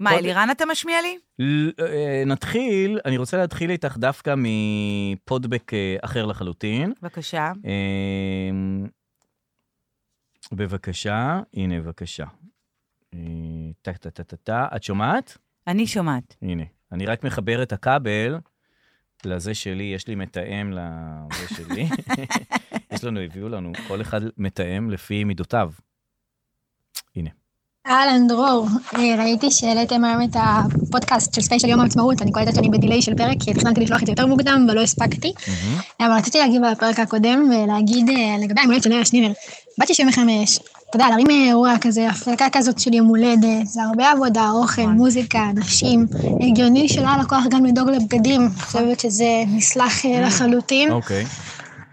S3: מה,
S2: קוד-
S3: אלירן אתה משמיע לי?
S2: ל- אה, נתחיל, אני רוצה להתחיל איתך דווקא מפודבק אה, אחר לחלוטין.
S3: בבקשה.
S2: אה, בבקשה, הנה בבקשה. אה, טה טה טה טה טה, את שומעת?
S3: אני שומעת.
S2: הנה, אני רק מחבר את הכבל לזה שלי, יש לי מתאם לזה שלי. יש לנו, הביאו לנו, כל אחד מתאם לפי מידותיו.
S5: אהלן, דרור. אה, ראיתי שהעליתם היום את הפודקאסט של ספיישל יום העצמאות. אני קולטת שאני בדיליי של פרק, כי תכננתי לשלוח את זה יותר מוקדם, אבל לא הספקתי.
S2: מהמם.
S5: אבל רציתי להגיב על הפרק הקודם ולהגיד אה, לגבי היום הולדת של לאה שנירר. בת 65, אתה יודע, להרים אה, אירוע כזה, הפקה כזאת של יום הולדת, זה הרבה עבודה, אוכל,
S2: נכון.
S5: מוזיקה, נשים. הגיוני שלא היה לקוח גם לדאוג לבגדים. אני חושבת שזה נסלח אה, לחלוטין.
S2: Mm. אוקיי,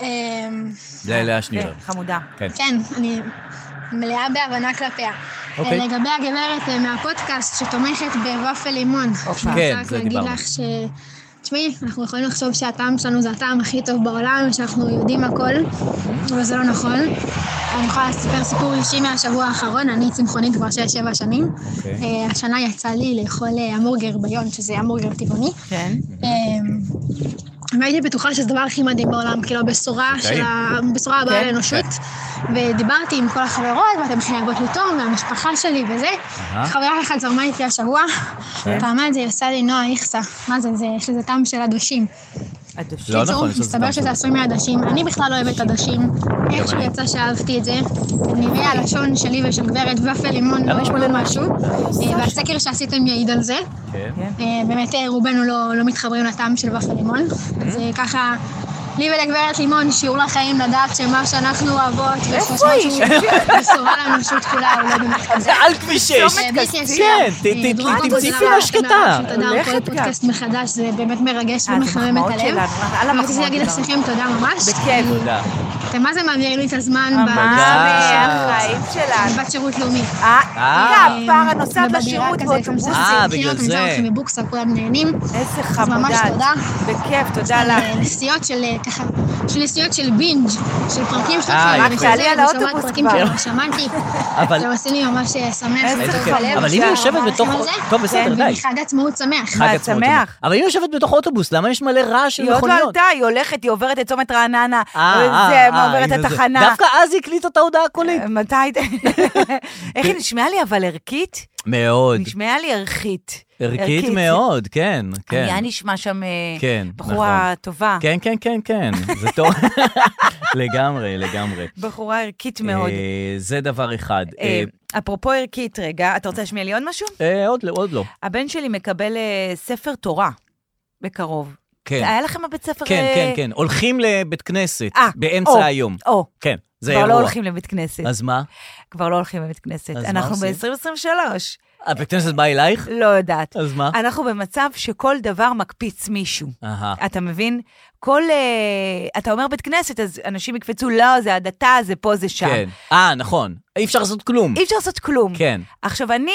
S5: אמ,
S2: זה לאה שנירר.
S3: כן, חמודה.
S2: כן.
S5: כן, אני מלאה בהבנה כלפיה.
S2: אוקיי.
S5: אה, לגבי הגברת אה, מהפודקאסט שתומכת בוואפל לימון.
S3: אופה.
S2: כן,
S5: רק
S2: זה
S5: להגיד
S2: דיברנו.
S5: לך ש... תשמעי, אנחנו יכולים לחשוב שהטעם שלנו זה הטעם הכי טוב בעולם, שאנחנו יודעים הכל,
S2: אוקיי.
S5: אבל זה לא נכון. אני יכולה לספר סיפור אישי מהשבוע האחרון, אני צמחונית כבר 6-7 שנים.
S2: אוקיי.
S5: אה, השנה יצא לי לאכול אה, המבורגר ביון, שזה המבורגר טבעוני.
S3: כן.
S5: אמ, והייתי בטוחה שזה הדבר הכי מדהים בעולם, כאילו הבשורה
S2: אוקיי.
S5: של ה... הבשורה הבאה
S3: כן.
S5: לאנושות. ודיברתי עם כל החברות, ואתם חייבות לי תום, והמשפחה שלי וזה.
S2: אהה.
S5: חברה אחת זרמה איתי השבוע, פעמיים זה עשה לי נועה איכסה. מה זה, זה, יש לזה טעם של עדשים.
S3: הדושי.
S2: לא נכון, יש לזה טעם
S5: מסתבר
S2: של
S5: שזה עשוי מעדשים. אני בכלל לא אוהבת עדשים. איכשהו
S2: אני.
S5: יצא שאהבתי את זה. נראה הלשון שלי ושל גברת ופל לימון לא לא משהו. אה, והסקר שעשיתם יעיד על זה.
S2: כן.
S5: אה, באמת אה, רובנו לא, לא מתחברים לטעם של ופל לימון.
S2: Mm-hmm.
S5: זה ככה, לי ולגברת לימון שיעור לחיים לדעת שמה שאנחנו אוהבות,
S3: איפה היא?
S5: בשורה לאנושות כולה, הוא לא באמת כזה.
S2: על כביש 6!
S5: אה, בלתי ישיר.
S2: כן, ת- ת-
S5: אה, דרור,
S2: תמצאי פינה
S5: תודה רבה, תודה רבה,
S2: שקטה.
S5: תודה רבה,
S3: הולכת
S5: כל
S3: כאן.
S5: פודקאסט מחדש, זה באמת מרגש
S3: אה, זה
S5: ומחמם
S3: מחמאות
S5: את הלב.
S3: שלנו, על המחמאות
S5: רציתי להגיד
S3: שלנו.
S5: לכם תודה ממש.
S3: בכיף.
S2: תודה.
S5: אתם מה זה מעביר לי את הזמן
S3: ממש,
S2: תודה.
S3: החיים שלנו.
S5: בבת שירות לאומי.
S3: אה,
S2: אה.
S3: כפרה נוסעת
S5: ובדירה
S3: לשירות
S5: כזה,
S3: באוטובוסים.
S5: כזה,
S2: אה, בגלל
S5: כאילו, אתה נשאר
S2: זה.
S5: לכם בבוקסה, כולם נהנים.
S3: איזה
S5: אז
S3: חמודה.
S5: ממש
S3: את.
S5: תודה.
S3: בכיף, תודה לך.
S5: נסיעות של אה, ככה, של נסיעות של בינג', של פרקים שלכם.
S2: אה,
S5: אני
S2: יפה.
S5: חוזרת
S3: תעלי על
S5: ושומעת
S3: האוטובוס
S5: פרקים
S3: כבר.
S5: שכבר שמעתי.
S2: אבל-
S5: זה עושה לי ממש אה, שמח.
S3: איזה
S5: בתוך
S3: כיף.
S5: הלב.
S2: אבל אם היא יושבת
S5: תודה רבה
S2: בתוך...
S5: לכם על זה.
S2: טוב, בסדר, די.
S5: וחג עצמאות שמח.
S2: חג
S3: מה,
S2: עצמאות.
S3: שמח?
S2: אבל אם היא יושבת בתוך אוטובוס, למה יש מלא רעש של
S3: היא עוד לא
S2: מכוניות?
S3: עלתה, היא הולכת, היא עוברת את צומת רעננה.
S2: אה,
S3: זה,
S2: אה,
S3: מה,
S2: אה,
S3: עוברת
S2: הנה
S3: את
S2: זה.
S3: התחנה. אה,
S2: דווקא אז היא הקליטה את ההודעה הקולית.
S3: מתי... איך היא נשמעה לי, אבל ערכית?
S2: מאוד.
S3: נשמעה לי אה, ערכית.
S2: ערכית מאוד, כן, כן.
S3: היה נשמע שם אה,
S2: כן,
S3: בחורה טובה.
S2: כן, כן, כן, כן, זה טוב. לגמרי, לגמרי.
S3: בחורה ערכית מאוד.
S2: אה, זה דבר אחד.
S3: אה,
S2: אה,
S3: אפרופו ערכית, רגע, אתה רוצה להשמיע לי עוד משהו?
S2: אה, עוד לא, עוד לא.
S3: הבן שלי מקבל אה, ספר תורה בקרוב.
S2: כן,
S3: היה לכם בבית ספר...
S2: כן,
S3: אה,
S2: כן, כן. הולכים לבית כנסת
S3: אה, או.
S2: באמצע היום.
S3: או,
S2: כן, זה
S3: כבר
S2: אירוע.
S3: לא הולכים לבית כנסת.
S2: אז מה?
S3: כבר לא הולכים לבית כנסת.
S2: אז מה
S3: אנחנו
S2: עושים?
S3: ב-2023,
S2: הבית אה, כנסת בא אלייך?
S3: לא יודעת.
S2: אז מה?
S3: אנחנו במצב שכל דבר מקפיץ מישהו.
S2: אהה.
S3: אתה מבין? כל... אה, אתה אומר בית כנסת, אז אנשים יקפצו, לא, זה הדתה, זה פה, זה שם.
S2: כן. אה, נכון. אי אפשר לעשות כלום.
S3: אי אפשר לעשות כלום.
S2: כן.
S3: עכשיו, אני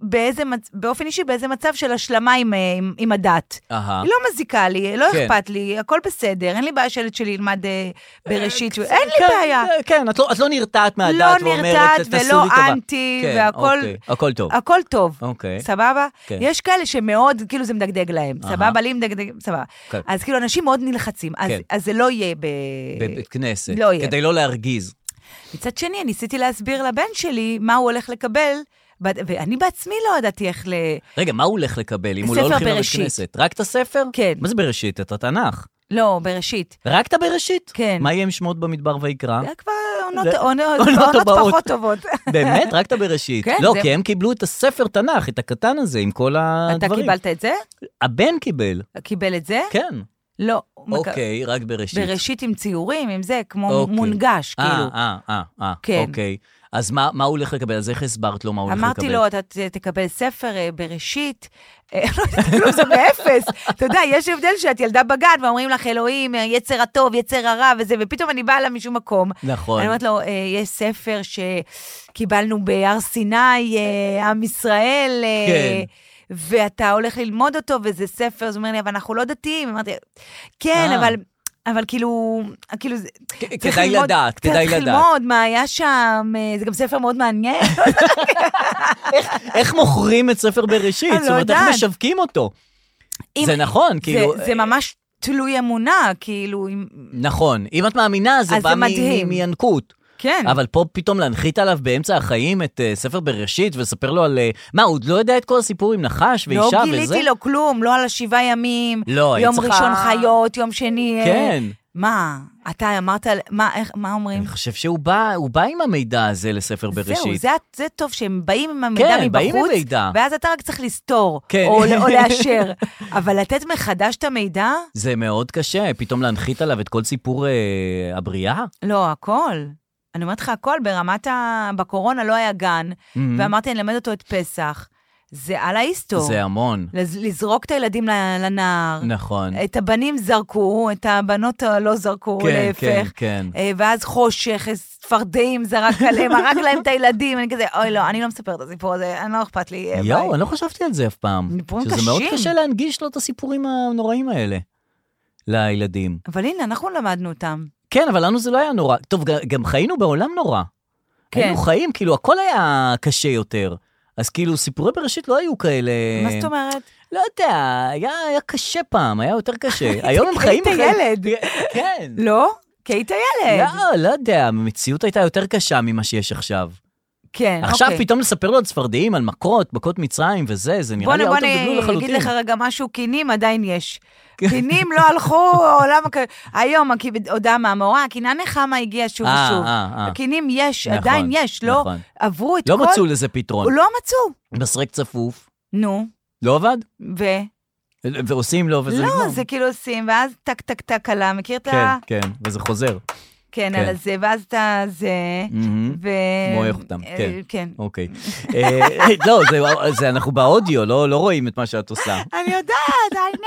S3: באיזה, מצ- באופן אישי, באיזה מצב של השלמה עם, אה, עם, עם הדת.
S2: אהה.
S3: היא לא מזיקה לי, לא
S2: כן.
S3: אכפת לי, הכל בסדר, אין לי בעיה שהילד שלי ילמד אה, בראשית, אין לי
S2: כן,
S3: בעיה.
S2: אה, כן, את לא- את לא נרתעת מהדת
S3: לא
S2: ואומרת,
S3: נרתעת
S2: "תעשו לי
S3: ולא
S2: טובה".
S3: אנטי,
S2: כן,
S3: והכל-
S2: אוקיי, הכל טוב.
S3: הכל טוב,
S2: אוקיי.
S3: סבבה?
S2: כן.
S3: יש כאלה שמאוד, כאילו זה מדגדג להם,
S2: אהה.
S3: סבבה? לי מדגדג, סבבה.
S2: כן.
S3: אז כאילו, אנשים מאוד נלחצים, אז-
S2: כן.
S3: אז זה לא יהיה ב...
S2: בבית כנסת.
S3: לא יהיה.
S2: כדי לא להרגיז.
S3: מצד שני, ניסיתי להסביר לבן שלי מה הוא הולך לקבל בת- ואני בעצמי לא ידעתי איך ל...
S2: רגע, מה הוא הולך לקבל אם הוא לא
S3: ספר
S2: הולכים לבית
S3: בראשית.
S2: כנסת? רק את הספר?
S3: כן.
S2: מה זה בראשית? את התנ"ך.
S3: לא, בראשית.
S2: רק את הבראשית?
S3: כן.
S2: מה יהיה עם שמות במדבר ויקרא?
S3: זה היה כבר עונות-
S2: זה-
S3: עונות
S2: עונות
S3: עונות
S2: הבאות.
S3: פחות טובות.
S2: באמת? רק את הבראשית.
S3: כן,
S2: לא,
S3: זה-
S2: כי הם קיבלו את הספר תנ"ך, את הקטן הזה, עם כל הדברים.
S3: אתה קיבלת את זה?
S2: הבן קיבל,
S3: קיבל את זה?
S2: כן.
S3: לא. הוא מק-
S2: אוקיי, רק בראשית.
S3: בראשית עם ציורים, עם זה, כמו
S2: אוקיי.
S3: מונגש, כאילו.
S2: אה, אה, אה, אה,
S3: כן.
S2: אוקיי. אז מה מה הוא הולך לקבל? אז איך הסברת לו מה הוא הולך לקבל?
S3: אמרתי לו, אתה ת- תקבל ספר אה, בראשית, אה, לא יודעת, כאילו זה מאפס. אתה יודע, יש הבדל שאת ילדה בגן, ואומרים לך, אלוהים, אה, יצר הטוב, יצר הרע וזה, ופתאום אני באה לה משום מקום.
S2: נכון.
S3: אני אומרת לו, "אה, יש ספר שקיבלנו בהר סיני, אה, עם ישראל, אה,
S2: כן.
S3: ואתה הולך ללמוד אותו, וזה ספר, אז הוא אומר לי, אבל אנחנו לא דתיים. אמרתי, כן,
S2: אה.
S3: אבל... אבל כאילו, כאילו, זה-
S2: כ-
S3: צריך
S2: כדאי
S3: ללמוד-
S2: לדעת, כדאי
S3: צריך
S2: לדעת.
S3: ללמוד מה היה שם, אה, זה גם ספר מאוד מעניין.
S2: איך מוכרים את ספר בראשית?
S3: אני
S2: זאת אומרת,
S3: לא
S2: איך
S3: יודעת.
S2: משווקים אותו?
S3: אם-
S2: זה נכון, כאילו...
S3: זה, זה ממש תלוי אמונה, כאילו, אם...
S2: נכון. אם את מאמינה, זה
S3: אז
S2: בא
S3: זה
S2: מ-
S3: מדהים.
S2: מ- מינקות.
S3: כן.
S2: אבל פה פתאום להנחית עליו באמצע החיים את אה, ספר בראשית ולספר לו על... אה, מה, הוא עוד לא יודע את כל הסיפור עם נחש ואישה
S3: לא
S2: וזה?
S3: גיליתי לו כלום, לא על השבעה ימים,
S2: לא, היא
S3: יום
S2: צריכה-
S3: ראשון חיות, יום שני... אה,
S2: כן.
S3: מה, אתה אמרת, על- מה, איך, מה אומרים?
S2: אני חושב שהוא בא, הוא בא עם המידע הזה לספר בראשית.
S3: זהו, זה, זה טוב שהם באים עם המידע
S2: כן,
S3: מבחוץ,
S2: באים עם מידע.
S3: ואז אתה רק צריך לסתור,
S2: כן.
S3: או, או לאשר. אבל לתת מחדש את המידע?
S2: זה מאוד קשה, פתאום להנחית עליו את כל סיפור אה, הבריאה.
S3: לא, הכל. אני אומרת לך, הכל ברמת ה... בקורונה לא היה גן, ואמרתי, אני אלמד אותו את פסח. זה על ההיסטור.
S2: זה המון,
S3: לז- לזרוק את הילדים ל- לנהר.
S2: נכון.
S3: את הבנים זרקו, את הבנות לא זרקו,
S2: כן,
S3: להפך.
S2: כן, כן.
S3: אה, ואז חושך, איזה צפרדעים זרק עליהם, הרג להם את הילדים, אני כזה, אוי, לא, אני לא מספרת את הסיפור הזה, אני לא אכפת לי. אה, ביי."
S2: יואו, אני לא חשבתי על זה אף פעם.
S3: סיפורים
S2: שזה מאוד
S3: קשים.
S2: קשה להנגיש לו את הסיפורים הנוראים האלה לילדים.
S3: אבל הנה, אנחנו למדנו אותם.
S2: כן, אבל לנו זה לא היה נורא. טוב, ג- גם חיינו בעולם נורא.
S3: כן.
S2: היינו חיים, כאילו, הכל היה קשה יותר. אז כאילו, סיפורי בראשית לא היו כאלה...
S3: מה זאת אומרת?
S2: לא יודע, היה, היה קשה פעם, היה יותר קשה. היום הם חיים...
S3: היית
S2: בחיים-
S3: ילד.
S2: כן.
S3: לא? כי היית ילד.
S2: לא, לא יודע, המציאות הייתה יותר קשה ממה שיש עכשיו.
S3: כן,
S2: עכשיו
S3: אוקיי.
S2: פתאום לספר לו על צפרדעים, על מכות, מכות מצרים וזה, זה נראה
S3: בוא
S2: לי
S3: נ- בוא
S2: אאוט
S3: נ-
S2: אוף דבלו
S3: אגיד
S2: לחלוטין. כן.
S3: לך רגע משהו, קינים עדיין יש. קינים לא הלכו, העולם... הכ- היום הכ- הודעה מהמורה, הקינה נחמה הגיעה שוב
S2: אה,
S3: ושוב.
S2: אה, אה.
S3: הקינים יש,
S2: נכון,
S3: עדיין יש, לא
S2: נכון.
S3: עברו את
S2: לא
S3: כל...
S2: מצאו לזה פתרון.
S3: לא מצאו.
S2: מסרק צפוף,
S3: נו,
S2: לא עבד?
S3: ו...
S2: ועושים לו וזה נגמר.
S3: לא, זה כאילו עושים, ואז טק טק טק עלה, מכיר את
S2: כן,
S3: ה...
S2: כן, וזה חוזר.
S3: כן,
S2: כן.
S3: על הזה, ואז אתה זה...
S2: מהמם.
S3: ו...
S2: מועך אותם,
S3: אה,
S2: כן.
S3: כן.
S2: אוקיי. אה, לא, זה- זה אנחנו באודיו, לא לא רואים את מה שאת עושה.
S3: אני יודעת, I know.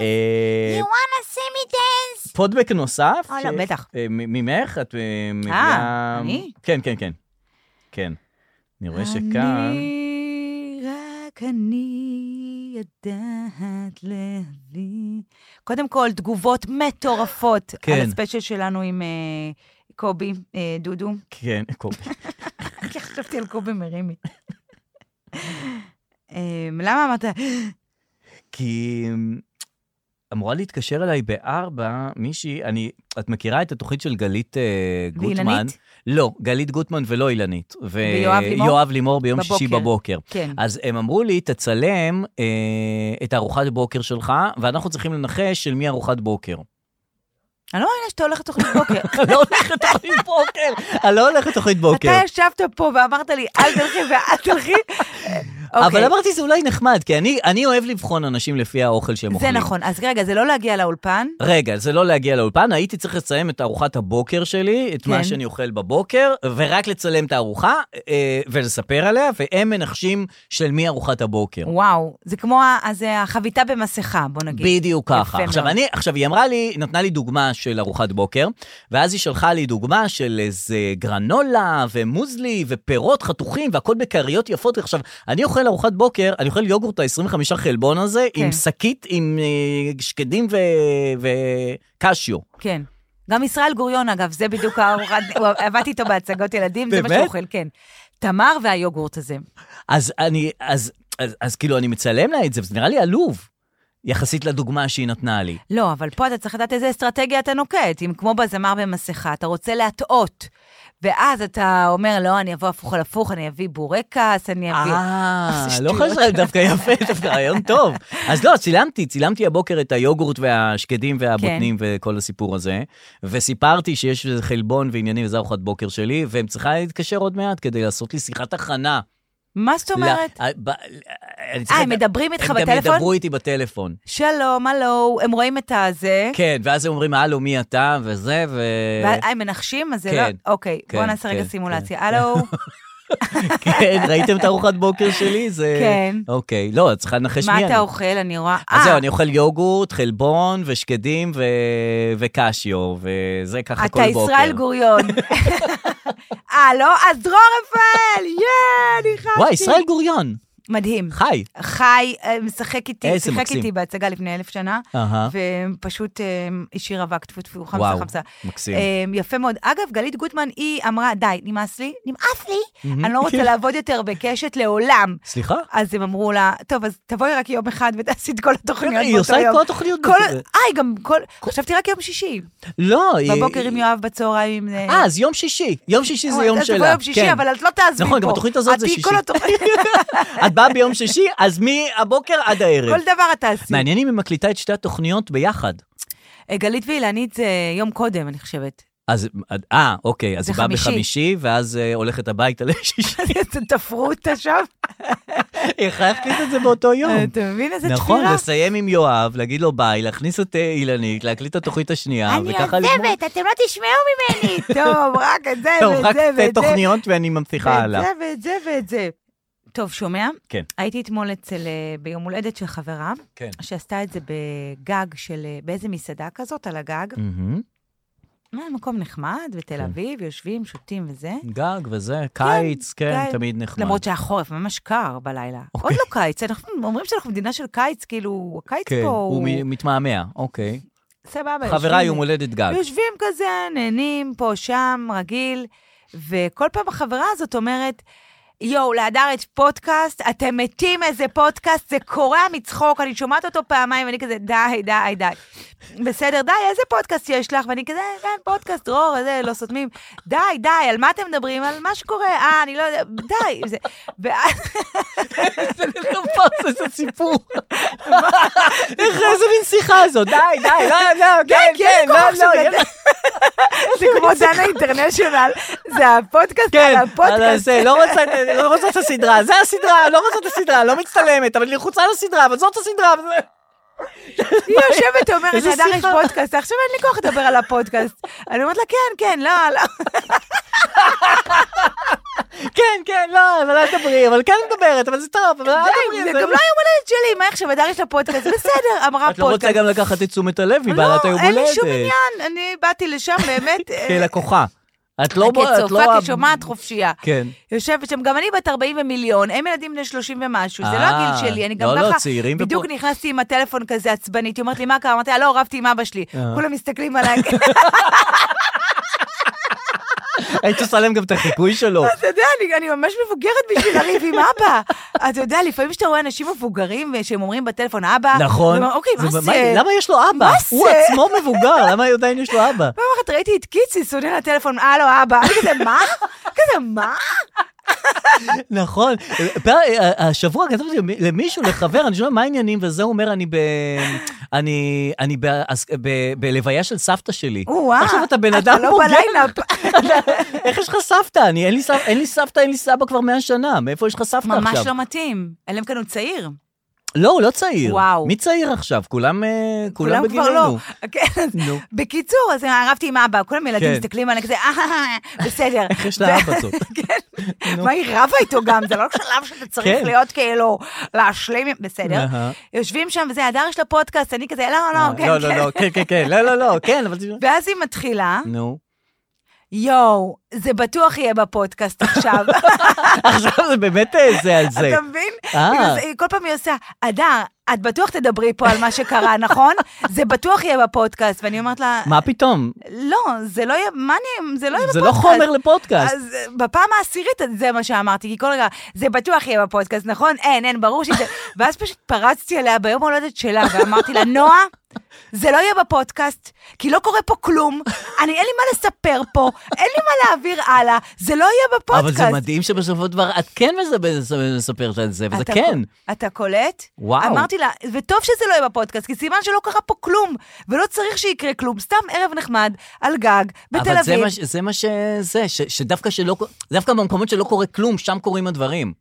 S2: אה, פודבק נוסף.
S3: אה, לא,
S2: ש-
S3: בטח.
S2: אה, מ- ממך? את אה, מביאה...
S3: אני?
S2: כן, כן, כן. כן. אני רואה שכאן...
S3: אני, רק אני יודעת להביא. קודם כל, תגובות מטורפות על
S2: כן.
S3: הספיישל שלנו עם אה, קובי, אה, דודו.
S2: כן, קובי.
S3: כי חשבתי על קובי מרימי. אה, למה אמרת?
S2: כי אמ, אמורה להתקשר אליי בארבע מישהי, אני, את מכירה את התוכנית של גלית אה, גוטמן?
S3: ואילנית?
S2: לא, גלית גוטמן ולא אילנית. ו-
S3: ויואב לימור?
S2: יואב לימור ביום שישי
S3: בבוקר.
S2: בבוקר.
S3: כן.
S2: אז הם אמרו לי, תצלם אה, את הארוחת בוקר שלך, ואנחנו צריכים לנחש של מי ארוחת בוקר.
S3: אני לא מאמינה שאתה הולך לתוכנית בוקר.
S2: אני לא הולך לתוכנית בוקר, אני לא הולך לתוכנית בוקר.
S3: אתה ישבת פה ואמרת לי, אל תלכי ואל תלכי.
S2: אבל
S3: אוקיי.
S2: אמרתי, זה אולי נחמד, כי אני- אני אוהב לבחון אנשים לפי האוכל שהם
S3: זה
S2: אוכלים.
S3: נכון. אז רגע, זה לא להגיע לאולפן?
S2: רגע, זה לא להגיע לאולפן, הייתי צריך לסיים את ארוחת הבוקר שלי, את מה
S3: כן.
S2: שאני אוכל בבוקר, ורק לצלם את הארוחה אה, ולספר עליה, והם מנחשים של מי ארוחת הבוקר.
S3: וואו, זה כמו ה- אז זה החביתה במסכה, בוא נגיד.
S2: בדיוק
S3: כן. יפה
S2: ככה.
S3: מאוד.
S2: עכשיו, אני, עכשיו, היא אמרה לי, נתנה לי דוגמה של ארוחת בוקר, ואז היא שלחה לי דוגמה של איזה גרנולה ומוזלי ופירות חתוכים והכל בכריות יפות. עכשיו, אני אוכל ארוחת בוקר, אני אוכל יוגורט ה-25 חלבון הזה,
S3: כן.
S2: עם שקית, עם אה, שקדים ו... וקשיו.
S3: כן. גם ישראל גוריון, אגב, זה בדיוק הארוחת, הוא- עבדתי איתו בהצגות ילדים, זה מה שהוא
S2: באמת?
S3: אוכל, כן. תמר והיוגורט הזה.
S2: אז אני, אז, אז, אז כאילו, אני מצלם לה את זה, וזה נראה לי עלוב. יחסית לדוגמה שהיא נתנה לי.
S3: לא, אבל פה אתה צריך לדעת איזה אסטרטגיה אתה נוקט. אם כמו בזמר במסכה, אתה רוצה להטעות. ואז אתה אומר, לא, אני אבוא הפוך על הפוך, אני אביא בורקס, אני אביא...
S2: אה,
S3: איזה
S2: לא
S3: שטויות.
S2: חשבתי, דווקא יפה, דווקא רעיון טוב. אז לא, צילמתי, צילמתי הבוקר את היוגורט והשקדים והבוטנים
S3: כן.
S2: וכל הסיפור הזה, וסיפרתי שיש איזה חלבון ועניינים, וזו ארוחת בוקר שלי, והם צריכה להתקשר עוד מעט כדי לעשות לי שיחת הכנה.
S3: מה זאת אומרת?
S2: ל- אה, ב- אה, אני צריך
S3: אה, הם
S2: לדע-
S3: מדברים איתך
S2: הם גם
S3: בטלפון?
S2: ידברו איתי בטלפון.
S3: שלום, הלו, הם רואים את הזה.
S2: כן, ואז הם אומרים, הלו, מי אתה, וזה, ו...
S3: ואז- אה, הם מנחשים? אז זה
S2: כן,
S3: לא... אוקיי, בואו
S2: כן,
S3: נעשה רגע
S2: כן,
S3: סימולציה. הלו,
S2: כן, ראיתם את ארוחת בוקר שלי? זה...
S3: כן.
S2: אוקיי, לא, את צריכה לנחש מי
S3: מה
S2: אני.
S3: אתה אוכל? אני רואה...
S2: אז
S3: אה,
S2: זהו, אני אוכל יוגורט, חלבון ושקדים ו... וקשיו, וזה ככה כל
S3: אתה
S2: בוקר.
S3: ישראל גוריון. אה, לא? אז דרור רפאל! יאה, ניחשתי.
S2: וואי, ישראל גוריון,
S3: מדהים.
S2: חי.
S3: חי, אה, משחק איתי,
S2: איזה
S3: שיחק
S2: מקסים.
S3: איתי בהצגה לפני אלף שנה,
S2: אהה.
S3: ופשוט אה, השאיר אבק, טפו טפו, חמסה
S2: וואו,
S3: חמסה.
S2: מקסים.
S3: אה, יפה מאוד. אגב, גלית גוטמן, היא אמרה, די, נמאס לי, נמאס לי, אני לא רוצה לעבוד יותר בקשת לעולם.
S2: סליחה?
S3: אז הם אמרו לה, טוב, אז תבואי רק יום אחד ותעשי את כל התוכניות באותו יום.
S2: היא עושה את כל התוכניות.
S3: כל...
S2: בזה.
S3: אה, היא גם כל... חשבתי רק יום שישי.
S2: לא, היא...
S3: בבוקר עם יואב, בצהריים עם...
S2: אה, אז יום שישי. יום שישי זה יום
S3: אז
S2: שלה.
S3: תבואי יום שישי,
S2: כן.
S3: אבל את לא תעזבי פה.
S2: נכון, גם התוכנית הזאת זה
S3: את תהיי כל
S2: שישי.
S3: התוכנית,
S2: את באה ביום שישי, אז מהבוקר עד הערב.
S3: כל דבר את תעשי.
S2: מעניין אם היא מקליטה את שתי התוכניות ביחד.
S3: אה, גלית ואילנית זה יום קודם, אני חושבת.
S2: אז, אה, אוקיי, אז
S3: זה
S2: היא באה
S3: חמישי.
S2: בחמישי, ואז אה, הולכת הביתה לשישי.
S3: איזה תפרוטה שם.
S2: איך להקליט את זה באותו יום?
S3: אתה מבין איזה
S2: נכון,
S3: תפירה?
S2: לסיים עם יואב, להגיד לו ביי, להכניס את אה, אילנית, להקליט את התוכנית השנייה, וככה לגמור.
S3: אתם לא תשמעו ממני. טוב, רק את זה
S2: טוב,
S3: ואת
S2: רק
S3: זה
S2: שתי
S3: ואת זה.
S2: תוכניות ואני ממשיכה
S3: ואת
S2: הלאה.
S3: זה ואת זה ואת זה. טוב, שומע?
S2: כן.
S3: הייתי אתמול אצל, אה, ביום הולדת של חברה,
S2: כן.
S3: שעשתה את זה בגג של, אה, באיזה מסעדה כזאת על הגג.
S2: מהמם.
S3: מה, מקום נחמד,
S2: כן.
S3: בתל אביב, יושבים, שותים וזה.
S2: גג וזה, קיץ, כן,
S3: גג.
S2: תמיד נחמד. אוקיי.
S3: למרות שהחורף ממש קר בלילה. עוד לא קיץ, אנחנו אומרים שאנחנו מדינה של קיץ, כאילו, הקיץ
S2: כן,
S3: פה
S2: הוא
S3: הוא...
S2: מ- מתמעמע, אוקיי.
S3: סבבה,
S2: חברה
S3: יושבים-
S2: יום הולדת גג.
S3: יושבים כזה, נהנים פה, שם, רגיל, וכל פעם החברה הזאת אומרת, יואו, להדר יש פודקאסט, אתם מתים איזה פודקאסט, זה קורע מצחוק, אני שומעת אותו פעמיים, ואני כזה, די, די, די. בסדר, די, איזה פודקאסט יש לך? ואני כזה, כן, פודקאסט, דרור, איזה, לא סותמים. די, די, על מה אתם מדברים? על מה שקורה? אה, אני לא יודע, די. זה- ואז...
S2: פס, איזה סיפור. איך איזה מין שיחה זאת? די, די, לא, לא, כן, כן,
S3: כאילו
S2: לא,
S3: כוח
S2: לא,
S3: של
S2: יאללה.
S3: זה כמו דנה אינטרנשיונל, זה הפודקאסט
S2: כן,
S3: על
S2: על
S3: הפודקאסט.
S2: זה, לא רוצה, לא רוצה את הסדרה, זה הסדרה, לא רוצה את הסדרה, לא מצטלמת, אבל היא לחוצה לסדרה, אבל זאת הסדרה. וזה-
S3: היא יושבת ואומרת,
S2: איזה
S3: נהדר, יש
S2: שיחה.
S3: פודקאסט, עכשיו אין לי כוח לדבר על הפודקאסט. אני אומרת לה, כן, כן, לא, לא.
S2: כן, כן, לא, אבל אל תדברי, אבל כן מדברת, אבל זה טוב, אבל אל
S3: די,
S2: תדברי.
S3: זה
S2: זה-
S3: גם לא יום הולדת שלי, מה עכשיו, הדר יש לה פודקאסט, בסדר, אמרה
S2: את לא רוצה
S3: פודקאסט.
S2: גם לקחת את תשומת הלב מבעלת היום
S3: לא, אין
S2: הולדת.
S3: לי שום עניין, אני באתי לשם באמת. אה,
S2: כלקוחה. את לא... את לא...
S3: כצופה, כשומעת חופשייה.
S2: כן.
S3: יושבת שם, גם אני בת 40 ומיליון, הם ילדים בני 30 ומשהו, זה לא
S2: אה,
S3: הגיל שלי, אני גם
S2: לא,
S3: ככה,
S2: לא, צעירים ופה-
S3: בדיוק נכנסתי עם הטלפון כזה עצבנית, היא אומרת לי, מה קרה? אמרתי לה, לא, רבתי עם אבא שלי.
S2: אה.
S3: כולם מסתכלים עליי,
S2: היית עושה להם גם את החיקוי שלו.
S3: אתה יודע, אני, אני ממש מבוגרת בשביל לריב עם אבא. אתה יודע, לפעמים כשאתה רואה אנשים מבוגרים אה, שהם אומרים בטלפון, אבא,
S2: נכון.
S3: אתה אומר, אוקיי, מה
S2: זה-
S3: זה?
S2: למה יש לו אבא?
S3: מה
S2: הוא
S3: זה?
S2: עצמו מבוגר, למה עדיין יש לו אבא?
S3: פעם אחת ראיתי את קיצי סונן לטלפון, הלו, אבא. אני כזה, מה? כזה, מה?
S2: נכון. פר- השבוע כתבתי למישהו, לחבר, אני שואל מה העניינים, וזה הוא אומר, אני ב... אני, אני ב, אז, ב, בלוויה של סבתא שלי.
S3: או-אה,
S2: עכשיו אתה בן אדם
S3: אתה לא
S2: בוגר.
S3: בליינאפ.
S2: איך יש לך סבתא? אני, אין, לי סבתא, אין לי סבתא, אין לי סבא כבר 100 שנה. מאיפה יש לך סבתא עכשיו?
S3: ממש לא מתאים. אלא אם כן הוא צעיר.
S2: לא, הוא לא צעיר.
S3: וואו.
S2: מי צעיר עכשיו? כולם, אה, כולם
S3: כבר
S2: בגילנו.
S3: לא. כן, אז
S2: נו.
S3: בקיצור, אז ערבתי עם אבא, כולם ילדים
S2: כן.
S3: מסתכלים עליי כזה, "אה, בסדר.
S2: איך יש לה אבא זאת? נו.
S3: מה היא רבה איתו גם? זה לא שלב שאתה צריך
S2: כן.
S3: להיות כאילו, להשלים, עם- בסדר.
S2: אהה.
S3: יושבים שם, וזה, הדר יש לה פודקאסט, אני כזה, לא, לא, כן,
S2: לא, לא,
S3: כן.
S2: לא, כן, כן, כן, לא, לא, לא, כן, אבל...
S3: ואז היא מתחילה,
S2: נו.
S3: יואו, זה בטוח יהיה בפודקאסט עכשיו.
S2: עכשיו זה באמת אה, זה על זה.
S3: אתה מבין?
S2: אה.
S3: בגלל זה, כל פעם היא עושה, אדר, את בטוח תדברי פה על מה שקרה, נכון? זה בטוח יהיה בפודקאסט, ואני אומרת לה,
S2: מה פתאום?
S3: לא, זה לא יהיה, מה אני, זה לא יהיה
S2: זה
S3: בפודקאסט.
S2: לא חומר לפודקאסט.
S3: אז אה, בפעם העשירית זה מה שאמרתי, כי כל רגע, זה בטוח יהיה בפודקאסט, נכון? אין, אין, ברור שזה... ואז פשוט פרצתי עליה ביום ההולדת שלה, ואמרתי לה, נועה, זה לא יהיה בפודקאסט, כי לא קורה פה כלום, אני, אין לי מה לספר פה, אין לי מה להעביר הלאה, זה לא יהיה
S2: אבל
S3: בפודקאסט.
S2: זה מדהים שבסופו של דבר את כן מזבזת- מספרת על זה, וזה
S3: אתה
S2: כן.
S3: קול- אתה קולט?
S2: וואו.
S3: אמרתי לה, וטוב שזה לא יהיה בפודקאסט, כי סימן שלא קרה פה כלום, ולא צריך שיקרה כלום, סתם ערב נחמד, על גג, בתל
S2: אבל זה
S3: אביב.
S2: מה ש- זה מה שזה, ש- שדווקא שלא, ק- דווקא במקומות שלא קורה כלום, שם קורים הדברים.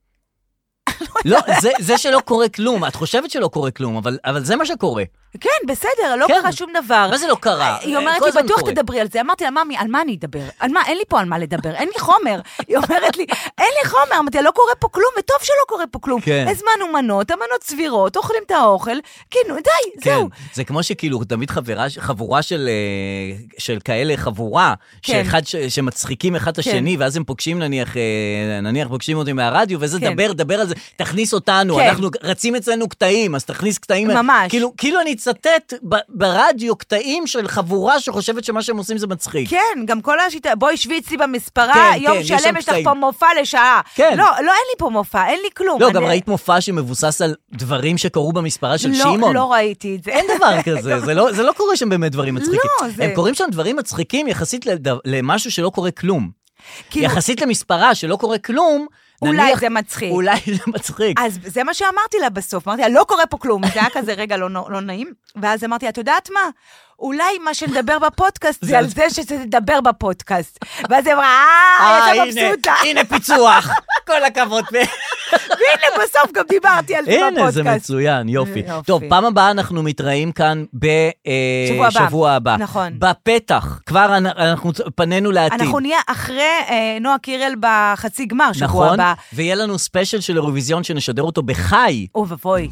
S2: לא, זה- זה שלא קורה כלום, את חושבת שלא קורה כלום, אבל אבל זה מה שקורה.
S3: כן, בסדר, לא
S2: כן.
S3: קרה שום דבר. אה,
S2: מה זה לא קרה?
S3: היא אומרת
S2: כל
S3: לי,
S2: הזמן
S3: בטוח
S2: קורה."
S3: תדברי על זה. אמרתי לה, ממי, על מה אני אדבר? על מה? אין לי פה על מה לדבר, אין לי חומר. היא אומרת לי, אין לי חומר. אמרתי לה, לא קורה פה כלום, וטוב שלא קורה פה כלום.
S2: כן.
S3: הזמנו מנות, המנות סבירות, אוכלים את האוכל, כאילו, די,
S2: כן,
S3: זהו.
S2: זה כמו שכאילו, תמיד חברה, חבורה של, אה, של כאלה חבורה,
S3: כן.
S2: שאחד, ש, שמצחיקים אחד את
S3: כן.
S2: השני, ואז הם פוגשים נניח, אה, נניח פוגשים אותי מהרדיו, וזה
S3: כן.
S2: דבר, דבר על זה, תכניס אותנו,
S3: כן.
S2: אנחנו רצים אצלנו קטעים, אז תכניס קטעים.
S3: ממש.
S2: כאילו, כאילו אני אצטט ב, ברדיו קטעים של חבורה שחושבת שמה שהם עושים זה מצחיק.
S3: כן, גם כל השיטה, בואי שוויצי במספרה,
S2: כן,
S3: יום
S2: כן, יש שם
S3: שלם יש לך
S2: קטעים.
S3: פה מופע לשעה.
S2: כן.
S3: לא, לא, אין לי פה מופע, אין לי כלום.
S2: לא,
S3: אני-
S2: גם ראית מופע שמבוסס על דברים שקרו במספרה של
S3: לא,
S2: שמעון.
S3: לא ראיתי את זה.
S2: אין דבר כזה, זה, לא, זה לא קורה שם באמת דברים מצחיקים.
S3: זה-
S2: הם קוראים שם דברים מצחיקים יחסית לד- למשהו שלא קורה כלום.
S3: כאילו-
S2: יחסית למספרה שלא קורה כלום,
S3: אולי
S2: נניח...
S3: זה מצחיק.
S2: אולי זה מצחיק.
S3: אז זה מה שאמרתי לה בסוף, אמרתי לה, לא קורה פה כלום, זה היה כזה רגע לא, נו- לא נעים, ואז אמרתי לה, את יודעת מה? אולי מה שנדבר בפודקאסט זה על זה שתדבר בפודקאסט. ואז היא אמרה, אה,
S2: הנה,
S3: יצא מבסוטה.
S2: הנה פיצוח, כל הכבוד.
S3: והנה, בסוף גם דיברתי על זה
S2: הנה, זה
S3: בפודקאסט.
S2: מצוין, יופי.
S3: יופי.
S2: טוב, פעם הבאה אנחנו מתראים כאן
S3: שבוע הבא.
S2: בשבוע הבא.
S3: נכון.
S2: בפתח, כבר אנ- אנחנו פנינו לעתיד.
S3: אנחנו נהיה אחרי אה, נועה קירל בחצי גמר, שבוע
S2: נכון,
S3: הבא.
S2: ויהיה לנו ספיישל של אירוויזיון שנשדר אותו בחי,
S3: אוי ואבוי.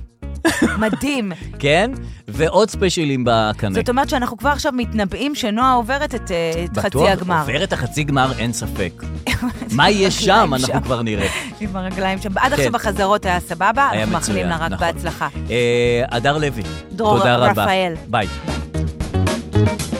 S3: מדהים.
S2: כן? ועוד ספיישלים בקנה.
S3: זאת אומרת שאנחנו כבר עכשיו מתנבאים שנועה עוברת את, אה, את חצי הגמר.
S2: בטוח, עובר את החצי גמר, אין ספק. מה יהיה שם, אנחנו כבר נראה.
S3: עם הרגליים שם.
S2: כן.
S3: עד עכשיו החזרות היה סבבה,
S2: היה
S3: אנחנו
S2: מצוין,
S3: מאחלים לה רק
S2: נכון.
S3: בהצלחה.
S2: אה, הדר לוי,
S3: דרור
S2: תודה רבה.
S3: רפאל.
S2: ביי.